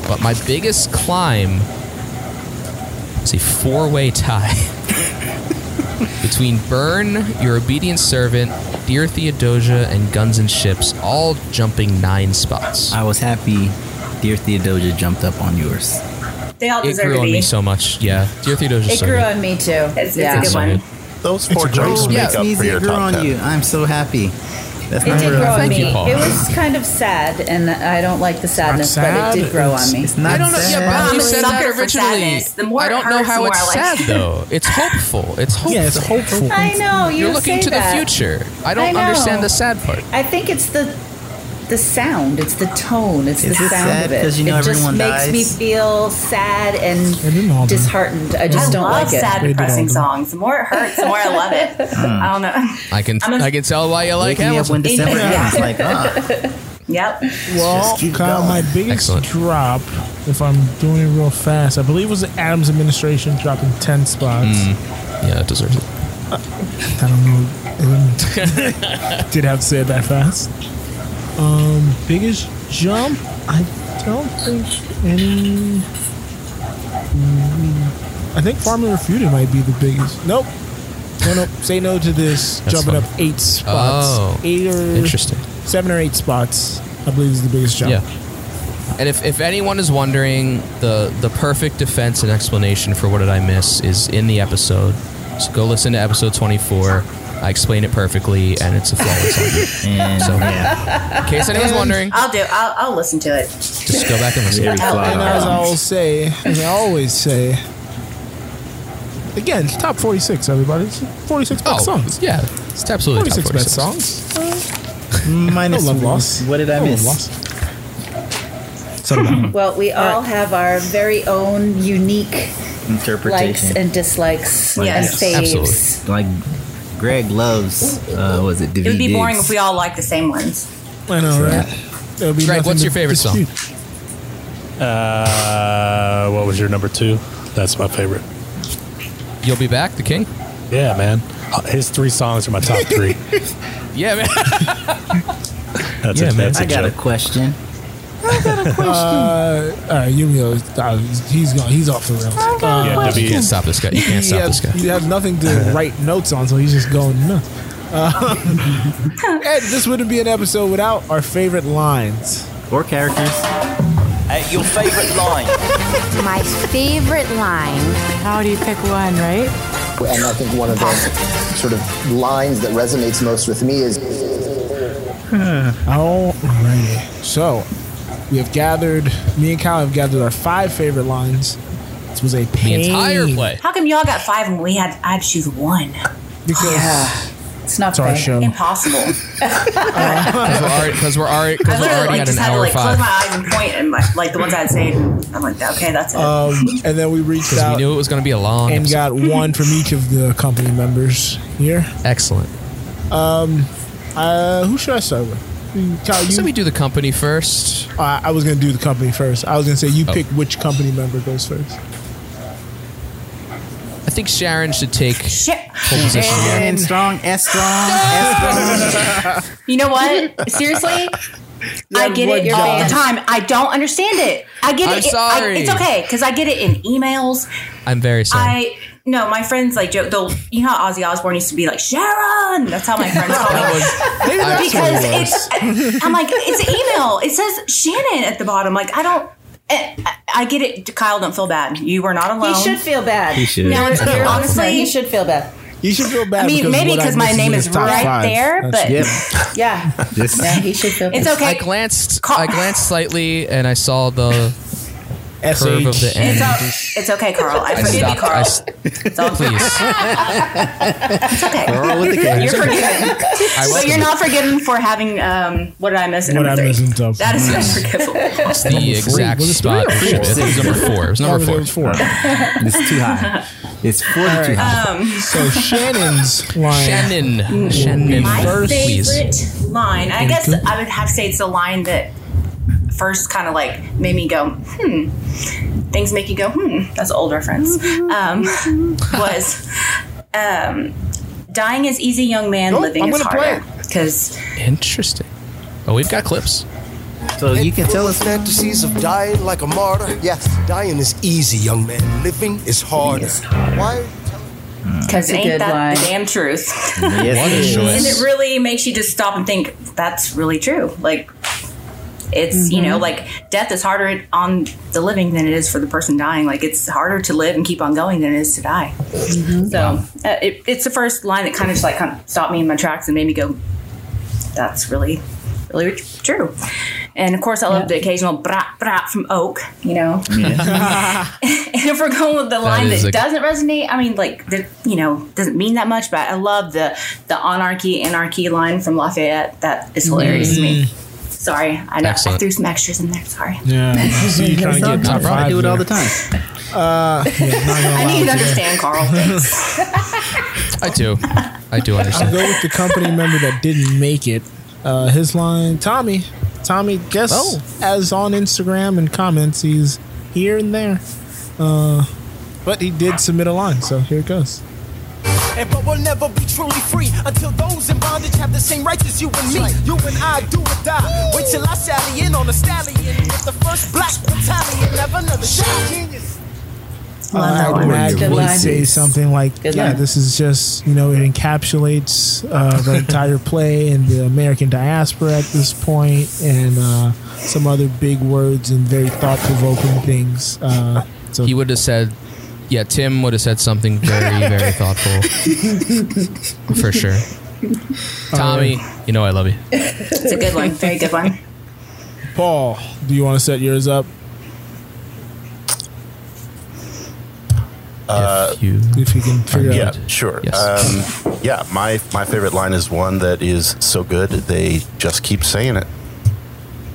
B: But my biggest climb is a four way tie *laughs* between Burn, Your Obedient Servant, Dear Theodosia, and Guns and Ships, all jumping nine spots.
G: I was happy Dear Theodosia jumped up on yours.
H: They all
B: It
H: deserve
B: grew
H: to
B: on me
H: be.
B: so much. Yeah, Dear Theodosia.
H: It grew on me too. It's, yeah.
I: Those four jumps
G: yeah,
I: make up
G: Sneezy,
I: for your
G: it grew
I: top
G: on
I: ten.
G: you. I'm so happy. That's
H: It
G: not
H: did
G: real.
H: grow on me. It
I: *laughs*
H: was kind of sad, and I don't like the sadness, but it did grow on me.
G: It's not
B: I don't know. Yeah,
G: sad.
B: Bob,
H: I'm
B: you
H: a
B: said that
H: sucker for
B: originally.
H: sadness. The more
B: I
H: it
B: don't know
H: hurts,
B: how
H: the
B: it's
H: more I like
B: sad
H: it.
B: though. It's hopeful. It's hopeful.
A: Yeah, it's hopeful.
H: I
A: Oh,
H: know, you
B: You're looking
H: say
B: to
H: that.
B: the future. I don't
H: I
B: understand
H: know.
B: the sad part.
H: I think it's the the sound. It's the tone. It's
B: Is
H: the
B: it
H: sound
B: sad
H: of it.
B: 'cause you know
H: it just
B: everyone
H: makes
B: dies?
H: me feel sad and disheartened. I just
J: I
H: don't
J: love
H: like it.
J: sad, depressing songs. The more it hurts, the more I love it.
B: *laughs* Hmm.
J: I don't know. *laughs*
B: I can
J: I'm a-
B: I can tell why you like
G: Wake me up
B: Hamilton.
G: when December ends, like,
H: *laughs*
G: ah.
J: Yep.
A: Well, Kyle, my biggest drop, if I'm doing it real fast, I believe was the Adams administration dropping ten spots.
B: Hmm. Yeah, it deserves it.
A: I don't know.
B: *laughs*
A: Um, Did have to say it that fast. Um, biggest jump. I don't think any. I think Farmer Refuted might be the biggest. Nope. No, no. Say no to this.
B: That's
A: jumping
B: funny.
A: up eight spots.
B: Oh.
A: Eight or
B: Interesting.
A: Seven or eight spots. I believe is the biggest jump.
B: Yeah. And if, if anyone is wondering, the, the perfect defense and explanation for what did I miss is in the episode. So go listen to episode 24. I explain it perfectly, and it's
J: *laughs*
B: a flawless
A: *laughs*
B: argument. so in case anyone's wondering,
J: I'll do. I'll, I'll listen to it.
B: just go back and listen.
J: Very fly
A: and as I will say, as I always say, again, top 46, everybody. It's 46 best
B: Oh,
A: songs.
B: yeah. It's absolutely top
A: 46 best
B: 46.
A: songs.
G: Minus
A: No love
G: one.
A: loss.
G: What did I
A: No
G: miss?
A: loss.
H: Well, we all have our very own unique
G: Interpretation.
H: likes and dislikes
G: Like,
H: and faves.
G: Like Greg loves. Uh, was it?
J: It would be boring if we all liked the same ones.
A: I know, right? There'll be
B: Greg,
A: nothing
B: what's
A: to
B: your favorite song?
A: dispute.
F: Uh, what was your number two? That's my favorite.
B: You'll be back, the king.
F: Yeah, man. Uh, His three songs are my top three.
B: Yeah, *laughs* man.
F: That's
B: *laughs* Yeah,
F: a,
B: man.
F: That's a
G: I got a
F: joke.
G: question.
A: Uh, all right, Yumio, uh, he's gone. He's off the rails. Uh,
B: Yeah,
F: E
J: E
B: you can't stop this guy. You
A: he
B: can't stop
A: has,
B: this guy.
A: He has nothing
F: *laughs*
A: to write notes on, so he's just going nuts. Uh, *laughs* and this wouldn't be an episode without our favorite lines.
G: Or characters.
C: At your favorite
D: *laughs*
C: line.
L: My favorite line. How do you pick one, right?
M: And I think one of the sort of lines that resonates most with me is
A: Alrighty. So, we have gathered, me and Kyle have gathered our five favorite lines. This was a pain.
J: How come y'all got five and we had I had to choose one?
A: Because
H: it's not
A: It's our fair. show.
J: Impossible.
B: Because we're already because we're
J: I
B: already, cause we're
J: literally
B: already
J: like,
B: at an
J: just had to
B: hour
J: like
B: five.
J: close my eyes and point and like, like the ones I had saved. I'm like, okay, that's it. *laughs*
A: Um, and then we reached
B: Because
A: out
B: we knew it was going to be a long.
A: and
B: episode.
A: got one from each of the company members here.
B: Excellent.
A: Um, uh, who should I start with? Kyle, you,
B: So we do the company first.
A: uh, I was gonna do the company first. I was gonna say you
B: Oh.
A: pick which company member goes first.
B: I think Sharon should take pole position. here.
G: And strong, S strong, S strong.
J: you know what?
B: *laughs*
J: Seriously, I
G: have
J: get
G: one
J: it
G: job.
J: all the time. I don't understand it. I get
B: I'm
J: it. It- I-
B: sorry.
J: it's okay because I get it in emails.
B: I'm very sorry.
J: I no, my friends like joke. They'll you know how Ozzy Osbourne used to be like Sharon. That's how my friends call me
B: *laughs*
J: because it's. I'm like it's an email. It says Shannon at the bottom. Like I don't. eh, I, I- I get it, Kyle. Don't feel bad. You were not alone.
H: He should feel bad.
G: He should.
J: No, it's
H: You're- you're
J: honestly.
H: listening. he should feel bad.
A: You should feel bad.
J: I mean, maybe
A: what
J: because my
A: missed
J: name
A: in
J: is
A: his top
J: right
A: five.
J: there, but
G: Yep.
H: *laughs* Yeah,
G: This-
H: yeah, he should feel.
J: it's okay.
B: I glanced. I glanced slightly, and I saw the
A: SH.
B: curve of the end.
J: It's, o- it's okay, Carl. I
B: I
J: forgive you,
B: stopped. I
J: Carl.
B: s-
J: It's all *laughs* good.
B: please.
J: It's okay.
G: Girl with the
J: You're
G: kids.
J: forgiven.
B: I
J: But
B: welcome
J: you're
B: it.
J: not forgiven for having um, what did I miss? in
A: What
J: number
A: I
J: three?
A: miss in top
J: That is *laughs*
A: five.
J: unforgivable.
B: It's the exact
A: Was it three
B: spot.
A: or
B: It
A: four?
B: should be. I think it was number four. It was
A: That
B: number
A: was
B: four.
A: number four.
G: It's too high. It's 42 high.
A: so Shannon's line.
B: Shannon. Shannon.
J: My
B: First, please.
J: favorite line. I guess I would have to say it's the line that first kind of like made me go, hmm. Things make you go, hmm. That's an old reference. Um, *laughs* was um, dying is easy, young man.
A: Nope,
J: living
A: I'm
J: is
A: gonna play
J: harder. Because
B: Interesting. Oh, we've got clips.
J: Uh,
G: So you can tell us that.
K: Fantasies of dying like a martyr. Yes. Dying is easy, young man. Living is harder. Why?
H: That's a
J: ain't
H: good
J: that
H: line.
J: the damn truth?
B: What a
G: Yes, it
B: choice.
J: and it really makes you just stop and think that's really true like it's you know like death is harder on the living than it is for the person dying like it's harder to live and keep on going than it is to die so uh, it, it's the first line that kind of just like kind of stopped me in my tracks and made me go that's really really true and of course i love the occasional brat brat from oak you know
B: *laughs*
J: and *laughs* if we're going with the line
B: is
J: that
B: a-
J: doesn't resonate, I mean, like, the, you know, doesn't mean that much, but I love the the anarchy anarchy line from Lafayette. That is hilarious to me. Sorry, I know I
B: Mm. Excellent.
J: threw some extras in there. Sorry,
A: Yeah. So you're trying to get top
G: I
A: five.
G: do it all the
A: here.
G: time.
A: Uh, yeah, not gonna
J: I
A: lie
J: need you to
A: with you there.
J: understand,
B: *laughs*
J: Carl. Thanks.
B: I do. I do
A: I'll
B: understand.
A: go with the company member that didn't make it. Uh, his line, Tommy. Tommy, guess
B: Oh.
A: as on Instagram and comments, he's here and there. Uh, but he did submit a line, so here it goes.
C: And but we'll never be truly free until those in bondage
D: should have the same rights as you and me. You and I do or die. Wait till I sally in on a stallion with the first black battalion. Have another shot. Genius.
A: Uh, I
D: Good
A: Mag would
D: line.
A: say something like,
D: Good
A: "Yeah,
D: line.
A: this is just you know it encapsulates uh, the entire play and the American diaspora at this point, and uh, some other big words and very thought provoking things." Uh,
B: he would have said, yeah, Tim would have said something very, *laughs* very thoughtful for *laughs* sure. Tommy, you know I love you.
J: It's a good one. Very good one.
A: Paul, do you want to set yours up?
I: Uh,
A: if you can figure
I: yeah,
A: out.
I: sure.
A: Yes.
I: Um, yeah, my my favorite line is one that is so good they just keep saying it.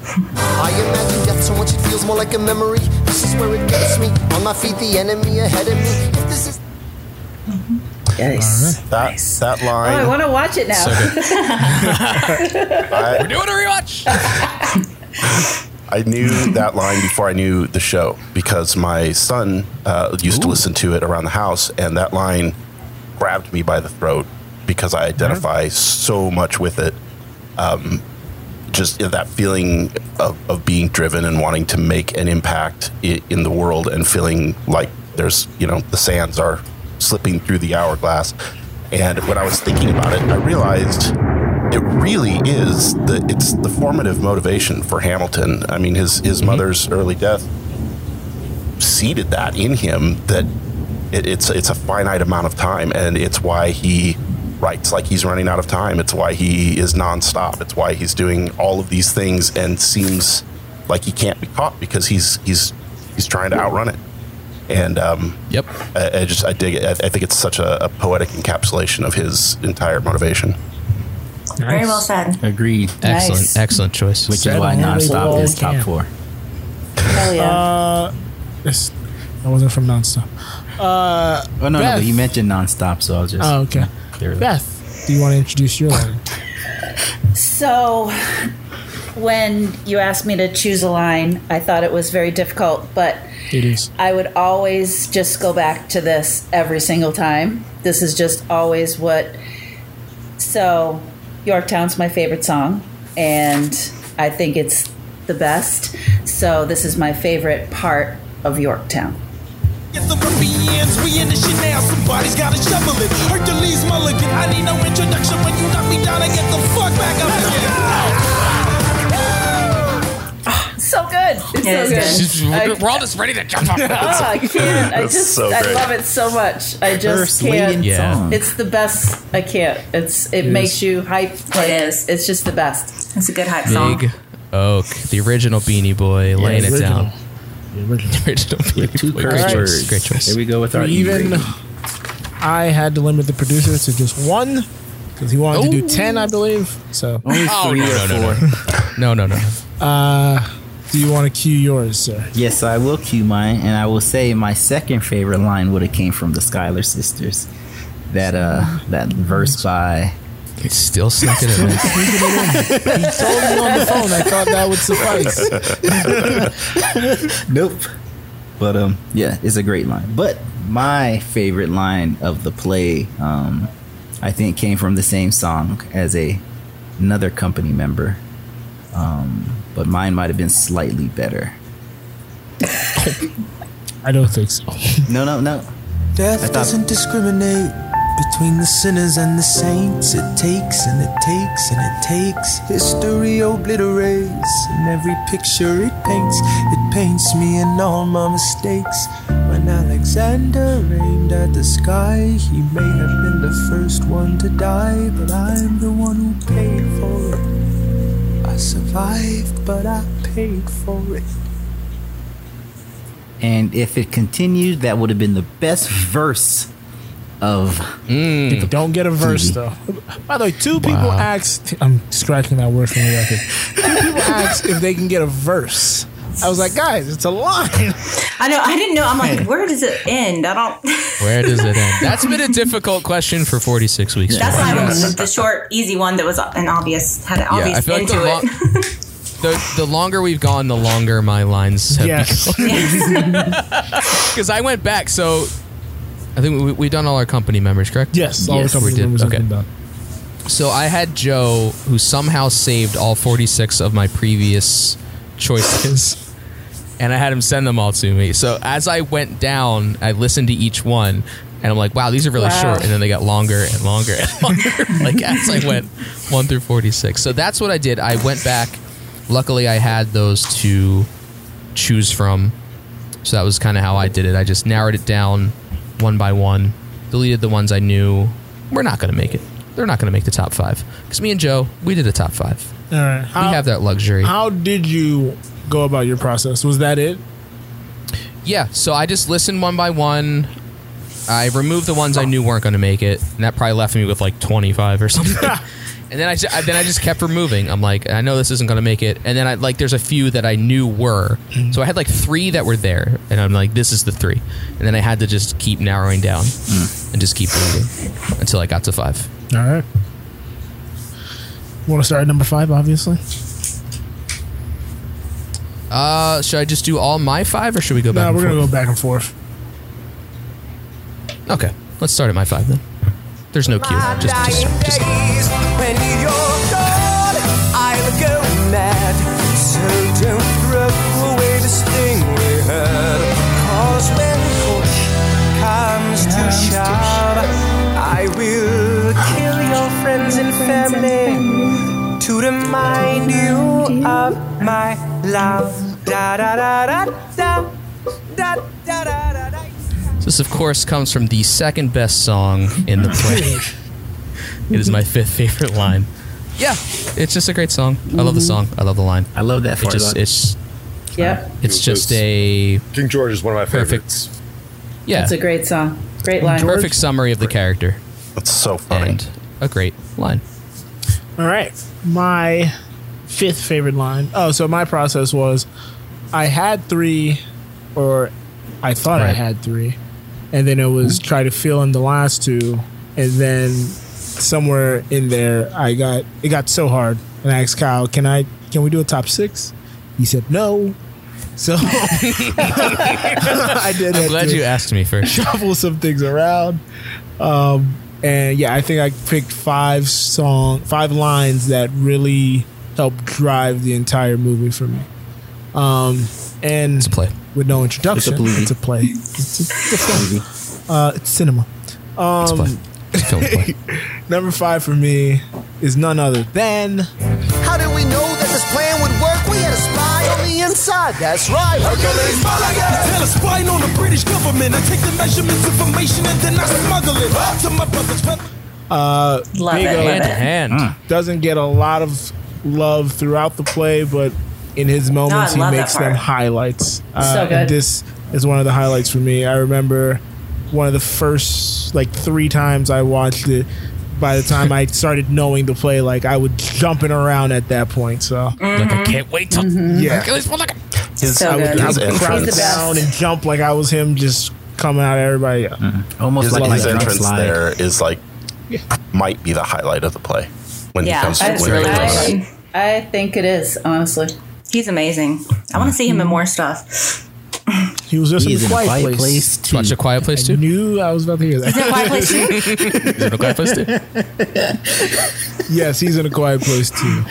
D: I imagine death so much it feels more like a memory. This is where it gets me. On my feet, the enemy ahead of me. If this is
I: Yes, that that
H: Oh,
I: line.
H: I want to watch it now.
I: I-
B: We're doing a rewatch.
I: I knew that line before I knew the show because my son uh, used to listen to it around the house, and that line grabbed me by the throat because I identify so much with it. Um, just you know, that feeling of, of being driven and wanting to make an impact I- in the world and feeling like there's, you know, the sands are slipping through the hourglass. And when I was thinking about it, I realized it really is the it's the formative motivation for Hamilton. I mean, his his mother's early death seeded that in him that it, it's it's a finite amount of time, and it's why he writes like he's running out of time. It's why he is nonstop. It's why he's doing all of these things and seems like he can't be caught because he's he's he's trying to outrun it. And um,
B: yep,
I: I, I just I dig it. I, I think it's such a, a poetic encapsulation of his entire motivation.
J: Very well said.
G: Agreed.
B: Excellent,
J: Nice.
B: excellent choice.
G: Which is why Nonstop is top four.
J: Hell yeah.
A: Uh, yes, that wasn't from nonstop. Uh,
G: Oh no, no,
A: Beth,
G: but you mentioned nonstop, so I'll just
A: Oh, okay.
G: clear that.
A: Beth, do you want to introduce your line?
H: So, when you asked me to choose a line, I thought it was very difficult, but
A: It is.
H: I would always just go back to this every single time. This is just always what. So, Yorktown's my favorite song, and I think it's the best. So, this is my favorite part of Yorktown.
D: the Europeans, we in the shit now. Somebody's gotta shovel it. Hercules Mulligan, I need no introduction. When you knock me down, I get the fuck back up
H: So good. It's
B: Yeah,
H: so
B: it's
H: good.
J: *laughs*
B: good.
H: I-
B: We're all just ready to jump off.
H: Ah, I can't. I
B: That's
H: just
B: so
H: I
B: great.
H: love it so much. I just
B: First
H: can't.
B: leading Yeah. song.
H: It's the best. I can't. It's it,
B: It
H: makes
B: is.
H: you hype. Like, it is. It's just the best.
J: It's a good hype
B: Big Oak, the original Beanie Boy, laying it down. *laughs* The original Beanie
G: Two
B: Boy.
G: curse
B: Great choice.
G: words.
B: Great choice.
G: Here we go with our E
A: Even
G: rating.
A: I had to limit the producer to just one because he wanted to do
B: Ooh.
A: ten, I believe. So
G: Only three or
B: Oh, no,
G: four.
B: No, no, no. *laughs* no.
A: Uh, do you want to cue yours, sir?
G: Yes, I will cue mine, and I will say my second favorite line would have came from the Skylar sisters. That uh, that verse by.
B: It's still snuck it in.
A: he told me on the phone. I thought that would suffice.
G: nope. But um, yeah, it's a great line. But my favorite line of the play, um, I think, came from the same song as a another company member. Um, but mine might have been slightly better.
A: *laughs* I don't think so.
G: No, no, no.
N: Death doesn't discriminate between the sinners and the saints. It takes and it takes and it takes. History obliterates, and every picture it paints, it paints me and all my mistakes. When Alexander aimed at the sky, he may have been the first one to die, but I'm the one who paid for it. I survived, but I paid for it.
G: And if it continued, that would have been the best verse of.
A: Hmm. Don't get a verse though. By the way, two people asked. I'm scratching that word from the record. Two
B: *laughs*
A: people asked if they can get a verse. I was like, guys, it's a line.
J: I know. I didn't know. I'm like, where does it end? I don't.
B: Where does it end? That's been a difficult question for 46 weeks.
J: That's why I went with the short, easy one that was an obvious had an obvious
B: I feel like
J: end
B: the,
J: to
B: lo-
J: it. *laughs*
B: the the longer we've gone, the longer my lines have
A: yes. *laughs*
J: *laughs*
B: Because I went back, so I think we, we've done all our company members, correct?
A: Yes, all the
B: we
A: company
B: did.
A: members have
B: okay.
A: been done.
B: So I had Joe, who somehow saved all 46 of my previous choices, *laughs* and I had him send them all to me. So as I went down, I listened to each one, and I'm like, wow, these are really
O: Wow.
B: short. And then they got longer and longer and *laughs* longer, like as I went 1 through 46. So that's what I did. I went back. Luckily, I had those to choose from. So that was kind of how I did it. I just narrowed it down one by one, deleted the ones I knew we're not going to make it. They're not going to make the top five. Because me and Joe, we did a top five.
A: All right.
B: we have that luxury.
A: How did you go about your process? Was that it?
B: Yeah, so I just listened one by one. I removed the ones I knew weren't going to make it, and that probably left me with like 25 or something.
A: *laughs*
B: and then I, ju- I- then I just kept removing. I'm like, I know this isn't going to make it. And then I like there's a few that I knew were. So I had like 3 that were there, and I'm like this is the 3. And then I had to just keep narrowing down
A: Hmm.
B: and just keep deleting until I got to 5.
A: All right. Want to start at number five, obviously.
B: Uh, should I just do all my 5 or should we go back
A: No,
B: and
A: we're
B: forth?
A: gonna go back and forth.
B: Okay, let's start at my five then. There's no cue. Just, just, just
D: When you're gone, I'll go mad. So don't throw away this thing we had. 'Cause when push comes to shove, I will kill your friends and family to remind you of my love. Da da da da da da da da.
B: this, of course, comes from the second best song in the play. it is my fifth favorite line. Yeah, it's just a great song. I love the song. I love the line. I love that. It
I: part
B: just,
I: of it.
B: it's
H: Yep.
B: it's just a
E: King George is one of my
B: perfect. Yeah,
H: That's a great song. Great line.
B: perfect summary of the character. That's so funny. And a great line.
A: All right. My fifth favorite line. Oh, so my process was I had three, or I thought I
B: Right.
A: had three, and then it was try to fill in the last two, and then somewhere in there I got it got so hard, and I asked Kyle, "Can I? Can we do a top six? He said no. So *laughs* I did.
B: I'm
A: have
B: glad
A: to
B: you asked me first.
A: Shuffle some things around, um, and yeah, I think I picked five song, five lines that really helped drive the entire movie for me. Um, and it's a play with no introduction. It's a,
G: movie.
A: play. It's, a, it's a film. Uh, it's cinema. Um,
B: It's a play. It's a film play.
A: number five for me is none other than.
D: How did we know that this plan would work? We had a spy on the inside. That's right.
P: Hercules Mulligan. Tell a spine on the British government. I take the measurements, information, and then I smuggle it to my brother's feather.
A: Uh,
P: Love it,
A: Vigo
P: love Hand to it. hand. Mm.
A: doesn't get a lot of love throughout the play, but in his moments, he
P: love that
A: makes them
P: part.
A: highlights. Uh,
P: So good.
A: And this is one of the highlights for me. I remember one of the first, like three times I watched it. By the time I started knowing the play, like I was jumping around at that point. So
P: Mm-hmm.
B: Like I can't wait till
A: Yeah.
B: Hercules Mulligan.
A: I would, I would crouch down and jump like I was him, just coming out at everybody.
I: his,
A: Love
I: his
A: that.
I: entrance there is like might be the highlight of the play when he comes
H: I,
I: when he comes out.
H: I, I think it is honestly.
J: He's amazing. I want to see him in more stuff.
A: He was just
J: He's
A: in,
J: in
A: a
J: A
A: quiet
J: Quiet
A: place.
J: Place
B: too. Watch a quiet place
A: too. I knew I was about to hear that.
J: Is it a quiet place too?
B: Is it a quiet place
A: *laughs*
B: too?
A: yes, he's in a quiet place too.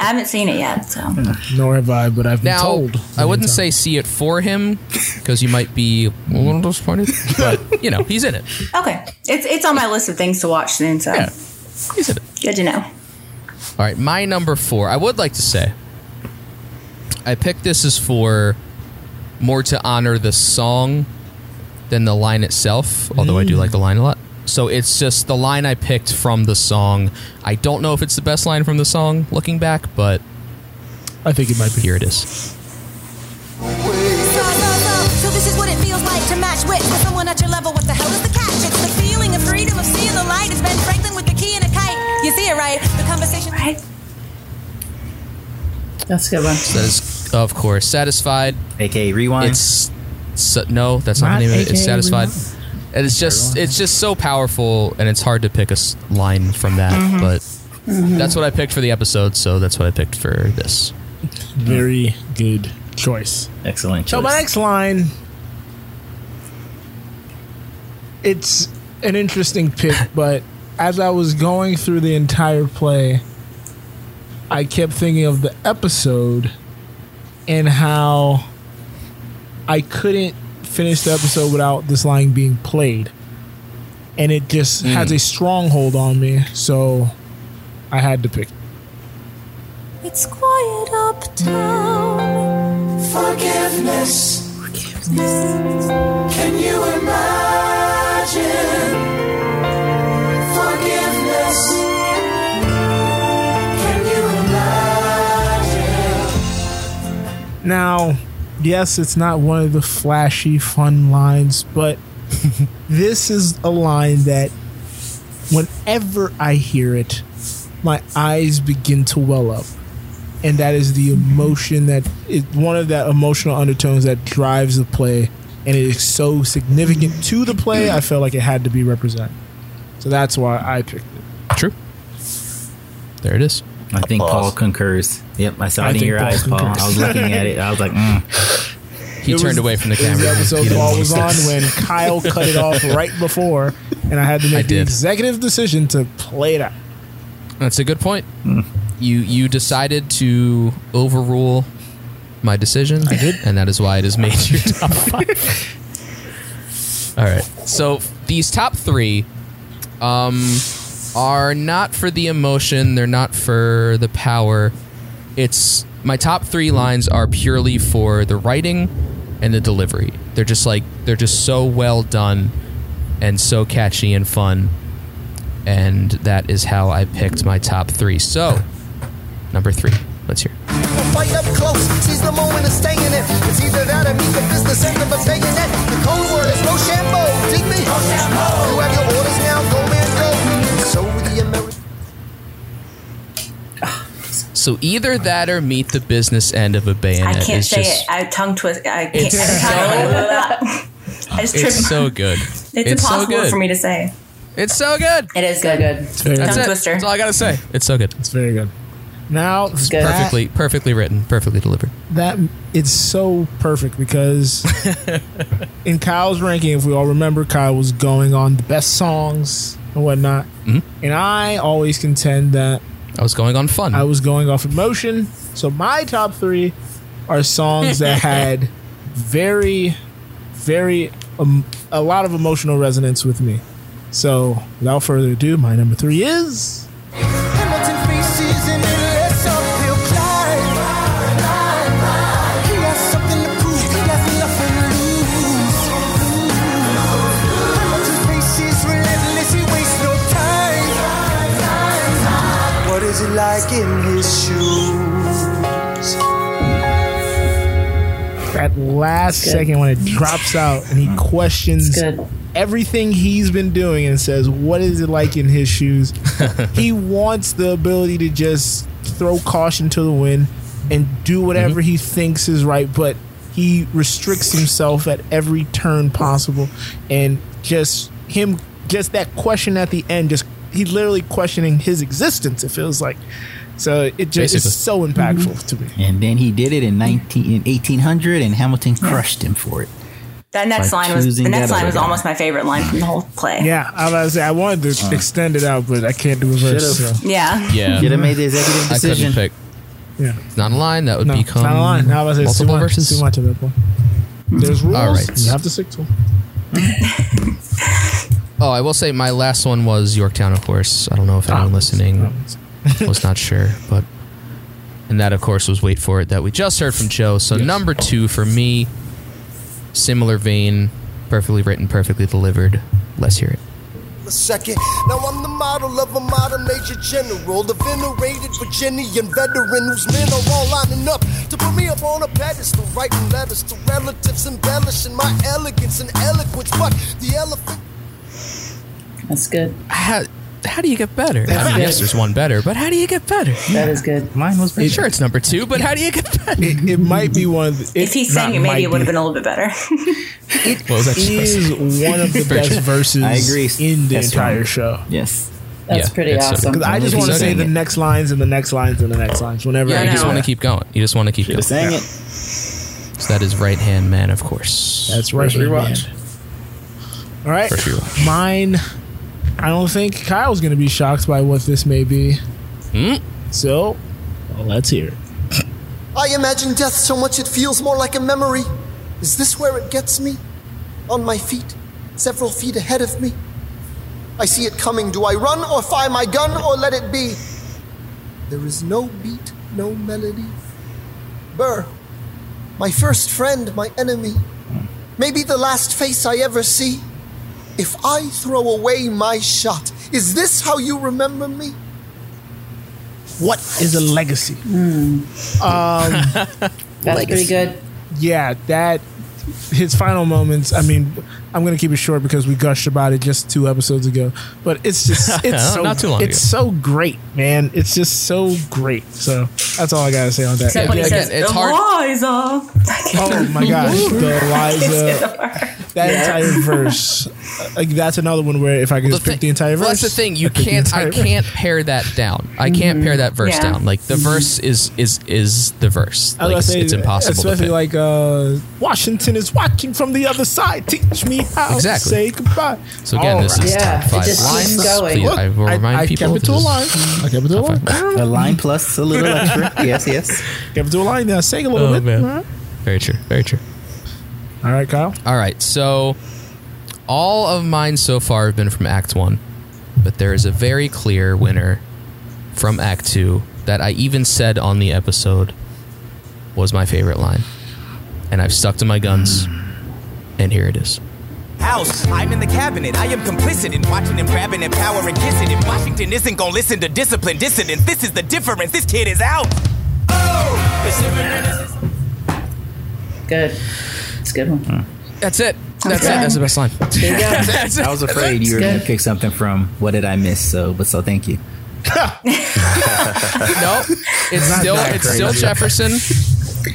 J: I haven't seen it yet, so.
A: Nor have I, but I've been
B: Now,
A: told.
B: I wouldn't say see it for him because you might be a little disappointed, but you know he's in it.
J: Okay. It's it's on my list of things to watch soon, so. Yeah.
B: He's in it.
J: Good to know.
B: All right, my number four. I would like to say I picked this as for more to honor the song than the line itself, although
A: Mm.
B: I do like the line a lot. So it's just the line I picked from the song. I don't know if it's the best line from the song looking back, but
A: I think it might be.
B: Here it is.
Q: So this is what it feels like to match wits with someone at your level. What the hell is the catch? It's the feeling of freedom of seeing the light. It's Ben Franklin with the key and a kite. You see it, right? The conversation. Right.
H: That's a good one.
B: So that is, of course, satisfied.
G: AK rewind.
B: It's so, no, that's not,
G: Not
B: the name of it. It's
G: AKA
B: satisfied. And it's just, it's just so powerful, and it's hard to pick a s- line from that.
A: Mhm.
B: But
A: Mhm.
B: that's what I picked for the episode, so that's what I picked for this.
A: Very good choice.
G: Excellent
A: So my next line,
B: *laughs*
A: it's an interesting pick, but as I was going through the entire play, I kept thinking of the episode and how I couldn't finish the episode without this line being played. And it just has
B: Hmm.
A: a stronghold on me, so I had to pick.
Q: It's quiet uptown.
D: Forgiveness. Can you imagine? Forgiveness. Can you imagine?
A: Now, yes, it's not one of the flashy, fun lines, but this is a line that whenever I hear it, my eyes begin to well up. And that is the emotion that is one of that emotional undertones that drives the play. And it is so significant to the play, I felt like it had to be represented. So that's why I picked it.
B: True. There it is.
G: I think Paul concurs. Yep, I saw
A: I
G: it in
A: think
G: your
A: Paul
G: eyes, Paul. I
A: concurs.
G: was looking at it. I was like, mm.
B: He
A: It
B: turned
A: was-
B: away from the
A: it was
B: camera.
A: the
B: He
A: episode
B: didn't
A: Paul
B: want
A: was
B: to
A: on
B: see
A: when
B: this.
A: Kyle cut it *laughs* off right before, and I had to
B: I
A: make the
B: did.
A: executive decision to play it out.
B: That's a good point. You you decided to overrule my decision. I did, and that is why it is made *laughs* your top five. All right. So these top three um, are not for the emotion. They're not for the power. It's my top three lines are purely for the writing and the delivery. They're just like they're just so well done and so catchy and fun and that is how I picked my top three. So, number three, let's hear.
D: The fight up close, seize the moment of staying it. It's either that or meet the business end of a bayonet. The code word is Rochambeau, dig me. You have your orders now, go man, go. So the American.
B: So either that or meet the business end of a
J: I
B: bayonet.
J: can't
B: is
J: say
B: just,
J: it. I tongue twist. I can't.
B: It's
J: I, can't I just tripped.
B: It's so good.
J: *laughs* It's, impossible
B: so good.
J: for me to say.
B: It's so good.
J: It is good. good.
B: very good.
J: Tongue
B: That's it.
J: twister. That's
B: all I gotta say. It's so good.
A: It's very good. Now,
B: It's
A: that-
B: perfectly, perfectly written, perfectly delivered.
A: that it's so perfect *laughs* because in Kyle's ranking, if we all remember, Kyle was going on the best songs and whatnot, and I always contend that
B: I was going on fun.
A: I was going off emotion. So my top three are songs that had very, very um, a lot of emotional resonance with me. So without further ado, my number three is.
D: Hamilton feces and endless uphill climb. He has something to prove, he has nothing to lose. Hamilton faces relentless, he wastes no time. What is it like in his shoes?
A: that last
D: It's good.
A: second when it drops out and he questions everything he's been doing and says, What is it like in his
D: *laughs*
A: shoes? he wants the ability to just throw caution to the wind and do whatever
D: Mm-hmm.
A: he thinks is right, but he restricts himself at every turn possible. And just him, just that question at the end, just he's literally questioning his existence, it feels like. So it just
G: Basically.
A: is so impactful
D: Mm-hmm.
A: to me.
G: And then he did it in 19, in 1800, and Hamilton crushed him for it.
J: That next
G: By
J: line was the
G: choosing
J: next
G: that
J: line was
G: over.
J: almost my favorite line from the whole play.
A: Yeah, I was gonna say I wanted to
G: Uh.
A: extend it out, but I can't do a verse.
G: Should've.
A: so.
J: Yeah.
B: Yeah.
G: Should have made the executive
B: I
G: decision.
B: couldn't pick.
A: Yeah.
B: It's not a line. That would
A: No, it's
B: become
A: not a line. No, I was gonna say, it's
B: multiple
A: too much,
B: verses.
A: too much at that point. There's rules.
B: All right.
A: You have to stick to them.
B: Oh, I will say my last one was Yorktown, of course. I don't know if
A: Ah,
B: anyone listening was not sure, but and that, of course, was "Wait for It" that we just heard from Joe. So number two for me, similar vein, perfectly written, perfectly delivered. Let's hear it.
P: a second. Now I'm the model of a modern major general, the venerated Virginian veteran whose men are all lining up to put me up on a pedestal, writing letters to relatives, embellishing my elegance and eloquence. But the elephant.
H: That's good.
B: How, how do you get better? I mean,
H: good.
B: yes, there's one better, but how do you get better?
H: That is good.
G: Mine was
B: better. Sure, it's number two, but how do you get better?
A: It, it might be one of the.
J: If he
A: not
J: sang it, maybe
A: might
J: it would have
A: be.
J: been a little bit better. *laughs*
B: What was
A: *laughs*
B: that?
A: Is one of the best verses
G: I agree.
A: in the
G: That's
A: entire
G: right.
A: show.
G: Yes.
H: That's Yeah, pretty
B: uh,
H: it's so awesome. good.
A: 'Cause I just want to say the next lines and the next lines and the next lines whenever
B: Yeah,
A: I
B: you
A: do
B: just want to
A: that.
B: keep going. You just want to keep going.
G: sang it.
B: So that is right hand man, of course.
A: That's right. Hand Man. All right.
B: First rewatch.
A: Mine I don't think Kyle's going to be shocked by what this may be.
B: Hmm?
A: So, well, let's hear it.
P: I imagine death so much it feels more like a memory. Is this where it gets me? On my feet, several feet ahead of me. I see it coming. Do I run or fire my gun or let it be? There is no beat, no melody. Burr, my first friend, my enemy. Maybe the last face I ever see. If I throw away my shot, is this how you remember me?
A: What is a legacy? Um,
H: That's pretty good.
A: Yeah, that his final moments. I mean, I'm gonna keep it short because we gushed about it just two episodes ago. But it's
B: *laughs*
A: just it's so
B: Not too long
A: It's
B: ago.
A: so great, man. It's just so great. So that's all I gotta say on that.
J: Except when he says, Eliza.
A: Oh my gosh, the Eliza, that
B: Yeah.
A: entire verse. Uh, Like that's another one where if I could just pick the entire verse,
B: Well, that's
A: *laughs*
B: the thing. You
A: I'd pick the
B: can't. I
A: entire verse.
B: can't pare that down. I can't pare that verse
A: Yeah.
B: down. Like the
A: Mhm.
B: verse is is is the verse.
A: I was
B: Like
A: gonna
B: it's,
A: say,
B: it's impossible. To
A: Especially
B: fit.
A: like uh, Washington is watching from the other side. Teach me how
B: Exactly.
A: to say goodbye.
B: So again, this is Yeah, top it five just keeps lines. going. Please, I will remind people
A: kept it to a
B: this is
A: line. I kept it to a line.
G: A line plus a little extra. yes, yes.
A: Kept it to a line. Now sing a little
B: Oh,
A: bit.
B: man.
A: All right.
B: Very true. Very true.
A: All right, Kyle.
B: All right. So all of mine so far have been from Act One, but there is a very clear winner from Act Two that I even said on the episode was my favorite line, and I've stuck to my guns, and here it is.
O: house. I'm in the cabinet. I am complicit in watching him grabbing at power and kissing him. Washington isn't gonna listen to discipline dissidents. This is the difference. This kid is out. Oh!
H: Good. It's a good one.
B: That's it. That's
H: Okay.
B: it. That's the best line.
H: There
J: *laughs*
H: you go.
B: That's it.
G: I was afraid you were going to pick something from What Did I Miss? So, but so thank you.
B: no, it's
G: Not
B: still
G: that
B: it's still
G: crazy.
B: Jefferson.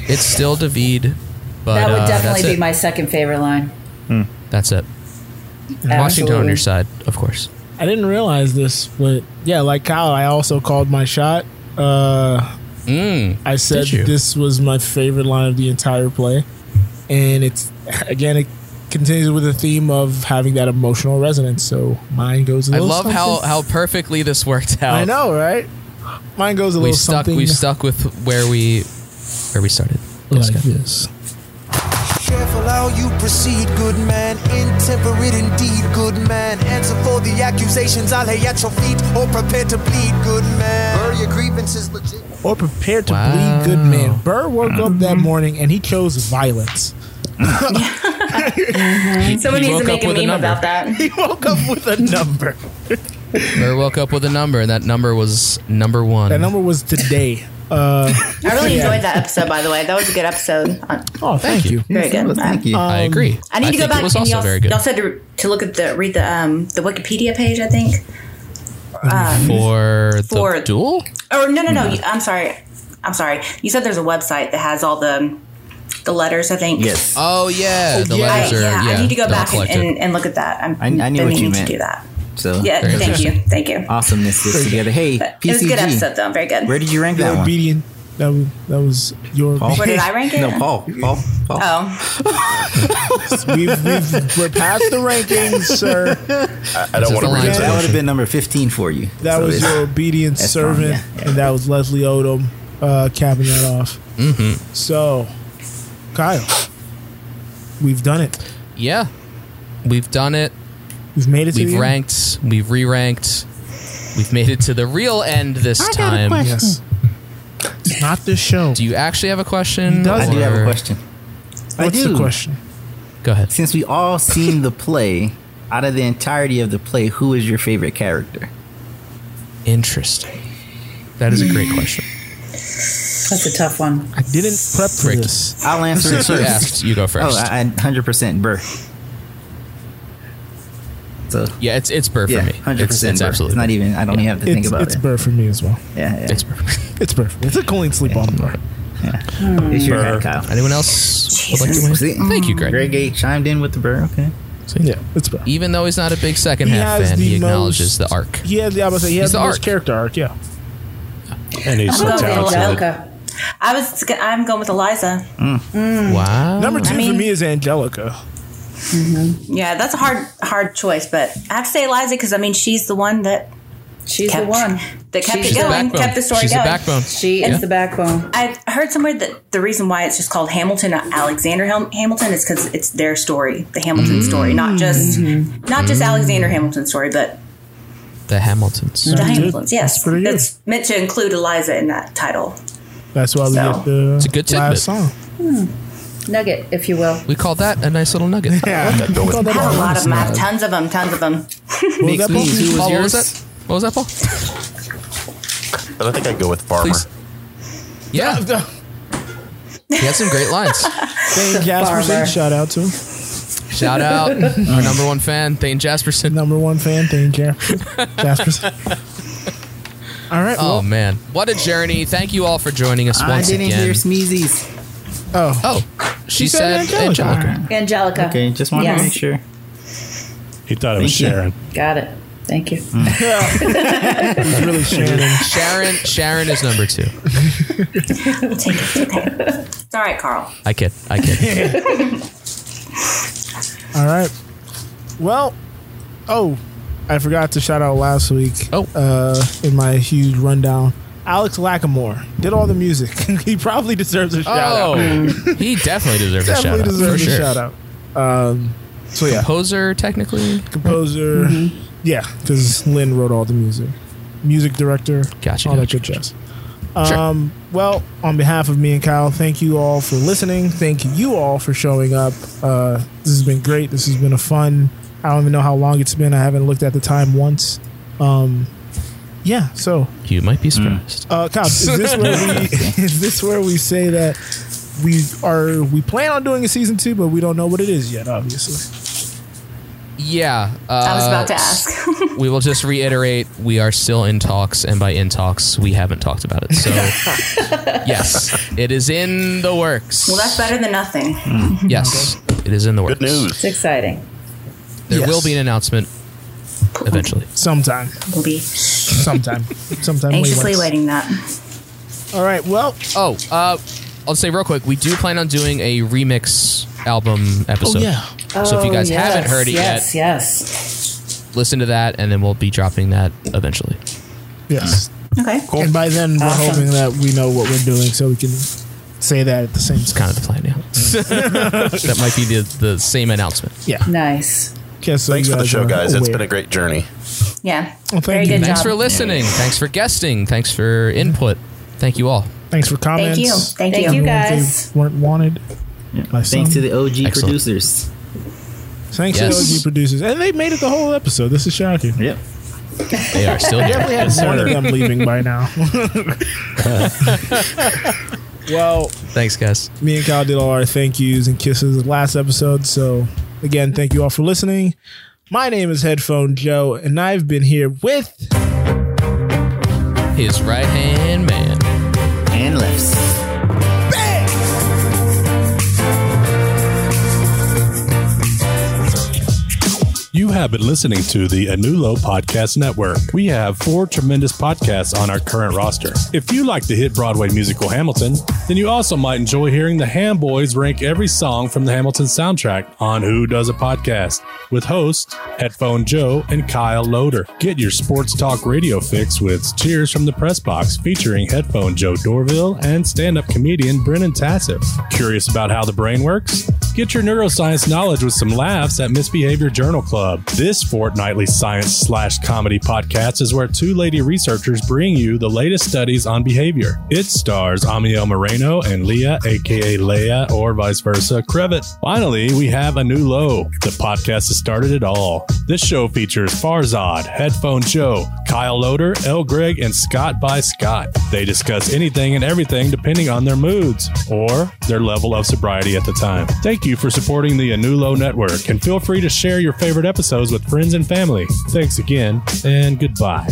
B: It's still David. But
H: that would
B: uh,
H: definitely
B: that's
H: be
B: it.
H: my second favorite line.
B: That's it. Washington on
H: Absolutely.
B: your side, of course.
A: I didn't realize this, but yeah, like Kyle, I also called my shot. Uh, I said
B: Mm, did you?
A: this was my favorite line of the entire play, and it's again it continues with the theme of having that emotional resonance. So mine goes. A
B: I
A: little
B: love how
A: something-
B: how perfectly this worked out.
A: I know, right? Mine goes a
B: We
A: little
B: stuck.
A: something.
B: We stuck with where we where we started.
A: *laughs* like this.
P: Careful how you proceed, good man. Intemperate indeed, good man. Answer for the accusations I'll lay at your feet, or prepare to bleed, good man. Bury your grievances legit.
A: or prepared to bleed good man. Burr woke up that morning and he chose violence.
J: Someone needs to make a meme about
G: *laughs*
J: that.
A: He *laughs* woke up with a number.
B: Burr woke up with a number, and that number was number one.
A: That number was today. Uh,
J: I really
A: yeah.
J: enjoyed that episode, by the way. That was a good episode. Uh,
A: Oh, thank you.
J: Very good. Uh,
G: Thank you.
B: I agree.
J: I need to go
B: think
J: back.
B: It was
J: and
B: also
J: y'all,
B: very good
J: y'all said to, to look at the read the um the Wikipedia page. I think.
B: for,
J: for-
B: the duel.
J: Or no, no, no. you- I'm sorry. I'm sorry. You said there's a website that has all the the letters. I think.
G: Yes.
B: Oh yeah,
G: the letters
J: I,
G: are-
J: yeah,
G: yeah,
J: I need to go
G: they're all
J: back and,
G: collected.
J: and, and look at that. I'm,
G: I- I knew
J: been
G: what you
J: meaning
G: meant.
J: to do that.
G: So,
J: Yeah,
G: Very
J: thank you,
G: interesting. Um,
J: thank you.
G: Awesomeness this together. Hey, PCG.
J: But it was a good episode though. Very good.
G: Where did you rank
A: Your
G: that one?
A: obedient. That was, that was your.
G: Paul?
J: Where did I rank it?
G: No, Paul. Paul. Paul.
J: Oh,
A: we've, we've, we're past the
G: *laughs*
A: rankings, sir.
G: I,
I: don't wanna bring this
G: That
I: up.
G: would have been number 15 for you.
A: That
G: So
A: was
G: it's-
A: your obedient
G: that's fine,
A: servant,
G: yeah.
A: and that was Leslie Odom uh, capping that off.
B: Mm-hmm.
A: So, Kyle, we've done it.
B: Yeah, we've done it.
A: We've made it to
B: We've
A: the end.
B: ranked. We've re-ranked. We've made it to the real end this time.
A: Yes. It's not this show.
B: Do you actually have a question?
A: He does.
G: I do have a
B: or-
G: question. I
A: What's the
G: do.
A: question?
B: Go ahead.
G: Since we all seen the play, out of the entirety of the play, who is your favorite character?
B: Interesting. That is a great question.
H: That's a tough one.
A: I didn't prep for this.
G: I'll answer it
B: *laughs* Since you
G: first.
B: asked, you go
G: Oh,
B: first.
G: I, I 100% Burr. So
B: yeah, it's it's Burr for
G: yeah,
B: me.
G: 100%
B: It's, it's
G: Burr.
B: absolutely.
G: It's not even, I don't even have to think
A: it's,
G: about
A: it's
G: it.
A: Burr for me as well.
G: Yeah, yeah.
B: It's Burr.
A: It's Burr. It's a clean sleep on Burr.
G: It's your
B: Burr.
G: hat, Kyle.
B: Anyone else would like to
G: Jesus.
B: win?
G: See?
B: Thank you, Greg.
G: Greg Gate chimed in with the Burr. Okay.
A: Yeah, it's Burr.
B: Even though he's not a big second
A: He
B: half
A: has
B: fan,
A: the
B: he acknowledges the arc.
A: He had the, I was gonna say, he has
B: He's
A: the,
B: the
A: most
B: arc.
A: character arc, yeah.
F: And he's
J: I'm
F: so
J: going with
F: talented.
J: Angelica. I was. I'm going with Eliza.
B: Wow.
G: Mm.
A: Number two
J: Mm-hmm. I mean-
A: for me is Angelica.
J: Yeah, that's a hard hard choice, but I have to say Eliza because I mean she's the one that she's the one that kept
H: She's
J: it
H: the
J: going,
H: backbone.
J: kept the story
H: She's the
J: going.
H: backbone. She is the backbone.
J: I heard somewhere that the reason why it's just called Hamilton, not Alexander Ham- Hamilton, is because it's their story, the Hamilton story, not just
H: Mm-hmm.
J: not just Alexander Hamilton's story, but
B: The Hamiltons.
J: the Hamiltons. Yes, that's meant to include Eliza in that title.
A: That's why we
J: So-
A: get the
B: It's a good tidbit.
A: last song.
H: Nugget, if you will.
B: We call that a nice little nugget. Yeah.
J: I have a lot of them. I have tons of them. Tons of them.
B: Makes me- Paul, what was that? What was that, Paul?
I: But I think I'd go with farmer.
J: *laughs*
B: Yeah. he had some great lines.
A: Thane Jasperson, shout out to him.
B: Shout out our number one fan, Thane Jasperson.
A: Number one fan, Thane
B: *laughs*
A: Jasperson. Jasperson. All right.
B: Oh
A: well,
B: man, what a journey! Thank you all for joining us
A: I
B: once
A: didn't
B: again.
A: hear
G: Smeezy's.
A: Oh.
B: Oh. She,
G: She
B: said,
G: said Angelica.
B: Angelica.
H: Angelica.
G: Okay, just wanted to make sure.
F: He thought it was
G: Thank you.
F: Sharon.
H: Got it. Thank you.
A: really Sharon.
B: Sharon. Sharon is number two.
J: It's all right, Carl.
B: I kid. I kid.
A: All right. Well, oh, I forgot to shout out last week.
B: Oh,
A: uh, in my huge rundown, Alex Lackamore did all the music. *laughs* he probably deserves a shout
B: oh,
A: out.
B: he definitely deserves a shout
A: Definitely
B: out. for
A: deserves a
B: sure.
A: shout out. Um, so yeah,
B: composer technically,
A: composer.
B: Mm-hmm.
A: Yeah, because Lynn wrote all the music, music director.
B: Gotcha.
A: All that good jazz. Um, Well, on behalf of me and Kyle, thank you all for listening. Thank you all for showing up. Uh, this has been great. This has been a fun. I don't even know how long it's been. I haven't looked at the time once. Um, yeah. So,
B: You might be
J: Hmm.
B: surprised.
A: uh, Kyle, is this where we is this where we say that we are we plan on doing a season two, but we don't know what it is yet, obviously.
B: Yeah. Uh,
J: I was about to ask.
B: we will just reiterate we are still in talks, and by in talks, we haven't talked about it. So, yes, it is in the
J: *laughs*
B: works.
J: Well, that's better than nothing.
B: Yes, it is in the works. Good news.
H: It's exciting.
B: There
A: Yes.
B: will be an announcement eventually.
A: Sometime.
J: We'll be
A: sometime. Sometime.
J: anxiously
A: waiting.
J: waiting that.
A: All right. Well.
B: Oh, uh, I'll say real quick. We do plan on doing a remix album episode.
A: yeah.
B: So if you
H: Oh,
B: guys
H: yes,
B: haven't heard it
H: yes,
B: yet, listen to that, and then we'll be dropping that eventually.
A: Yes.
J: Okay.
A: Cool. And by then, we're
B: Awesome.
A: hoping that we know what we're doing, so we can say that at the same. It's
B: kind of the plan, that might be the the same announcement.
A: yeah.
H: Nice.
A: Okay, so
I: Thanks
A: you
I: for the
A: guys
I: show,
A: are
I: guys. It's
A: aware.
I: been a great journey.
J: Yeah.
A: Well, thank
J: Very
A: you.
J: good
B: Thanks
J: job.
B: for listening. Thanks for guesting. Thanks for input. Thank you all.
A: Thanks for comments.
J: you. Thank
A: Even
J: you.
A: if they
J: guys.
A: weren't wanted. by some.
G: Thanks to the OG
B: Excellent.
G: producers.
A: Thanks
G: Yes.
A: to OG producers, and they made it the whole episode. This is shocking.
G: Yep.
B: They are still
A: I *laughs*
B: here.
A: definitely had
B: Yes,
A: one
B: sir.
A: of them leaving by now.
G: *laughs*
A: well,
B: Thanks, guys.
A: me and Kyle did all our thank yous and kisses last episode. So, again, thank you all for listening. My name is Headphone Joe, and I've been here with.
B: His right hand man.
G: And left.
F: You have been listening to the Anulo Podcast Network. We have four tremendous podcasts on our current roster. If you like the hit Broadway musical Hamilton, then you also might enjoy hearing the Ham Boys rank every song from the Hamilton soundtrack on Who Does a Podcast with hosts Headphone Joe and Kyle Loader. Get your sports talk radio fix with Cheers from the Press Box featuring Headphone Joe Dorville and stand up comedian Brennan Tassif. Curious about how the brain works? Get your neuroscience knowledge with some laughs at Misbehavior Journal Club. This fortnightly science slash comedy podcast is where two lady researchers bring you the latest studies on behavior. It stars Amiel Moreno and Leah, aka Leah, or vice versa, Crevit. Finally, we have a new low. The podcast has started it all. This show features Farzad, Headphone Joe, Kyle Loader, L. Greg, and Scott by Scott. They discuss anything and everything depending on their moods or their level of sobriety at the time. Thank you for supporting the Anulo Network and feel free to share your favorite episodes with friends and family. Thanks again and goodbye.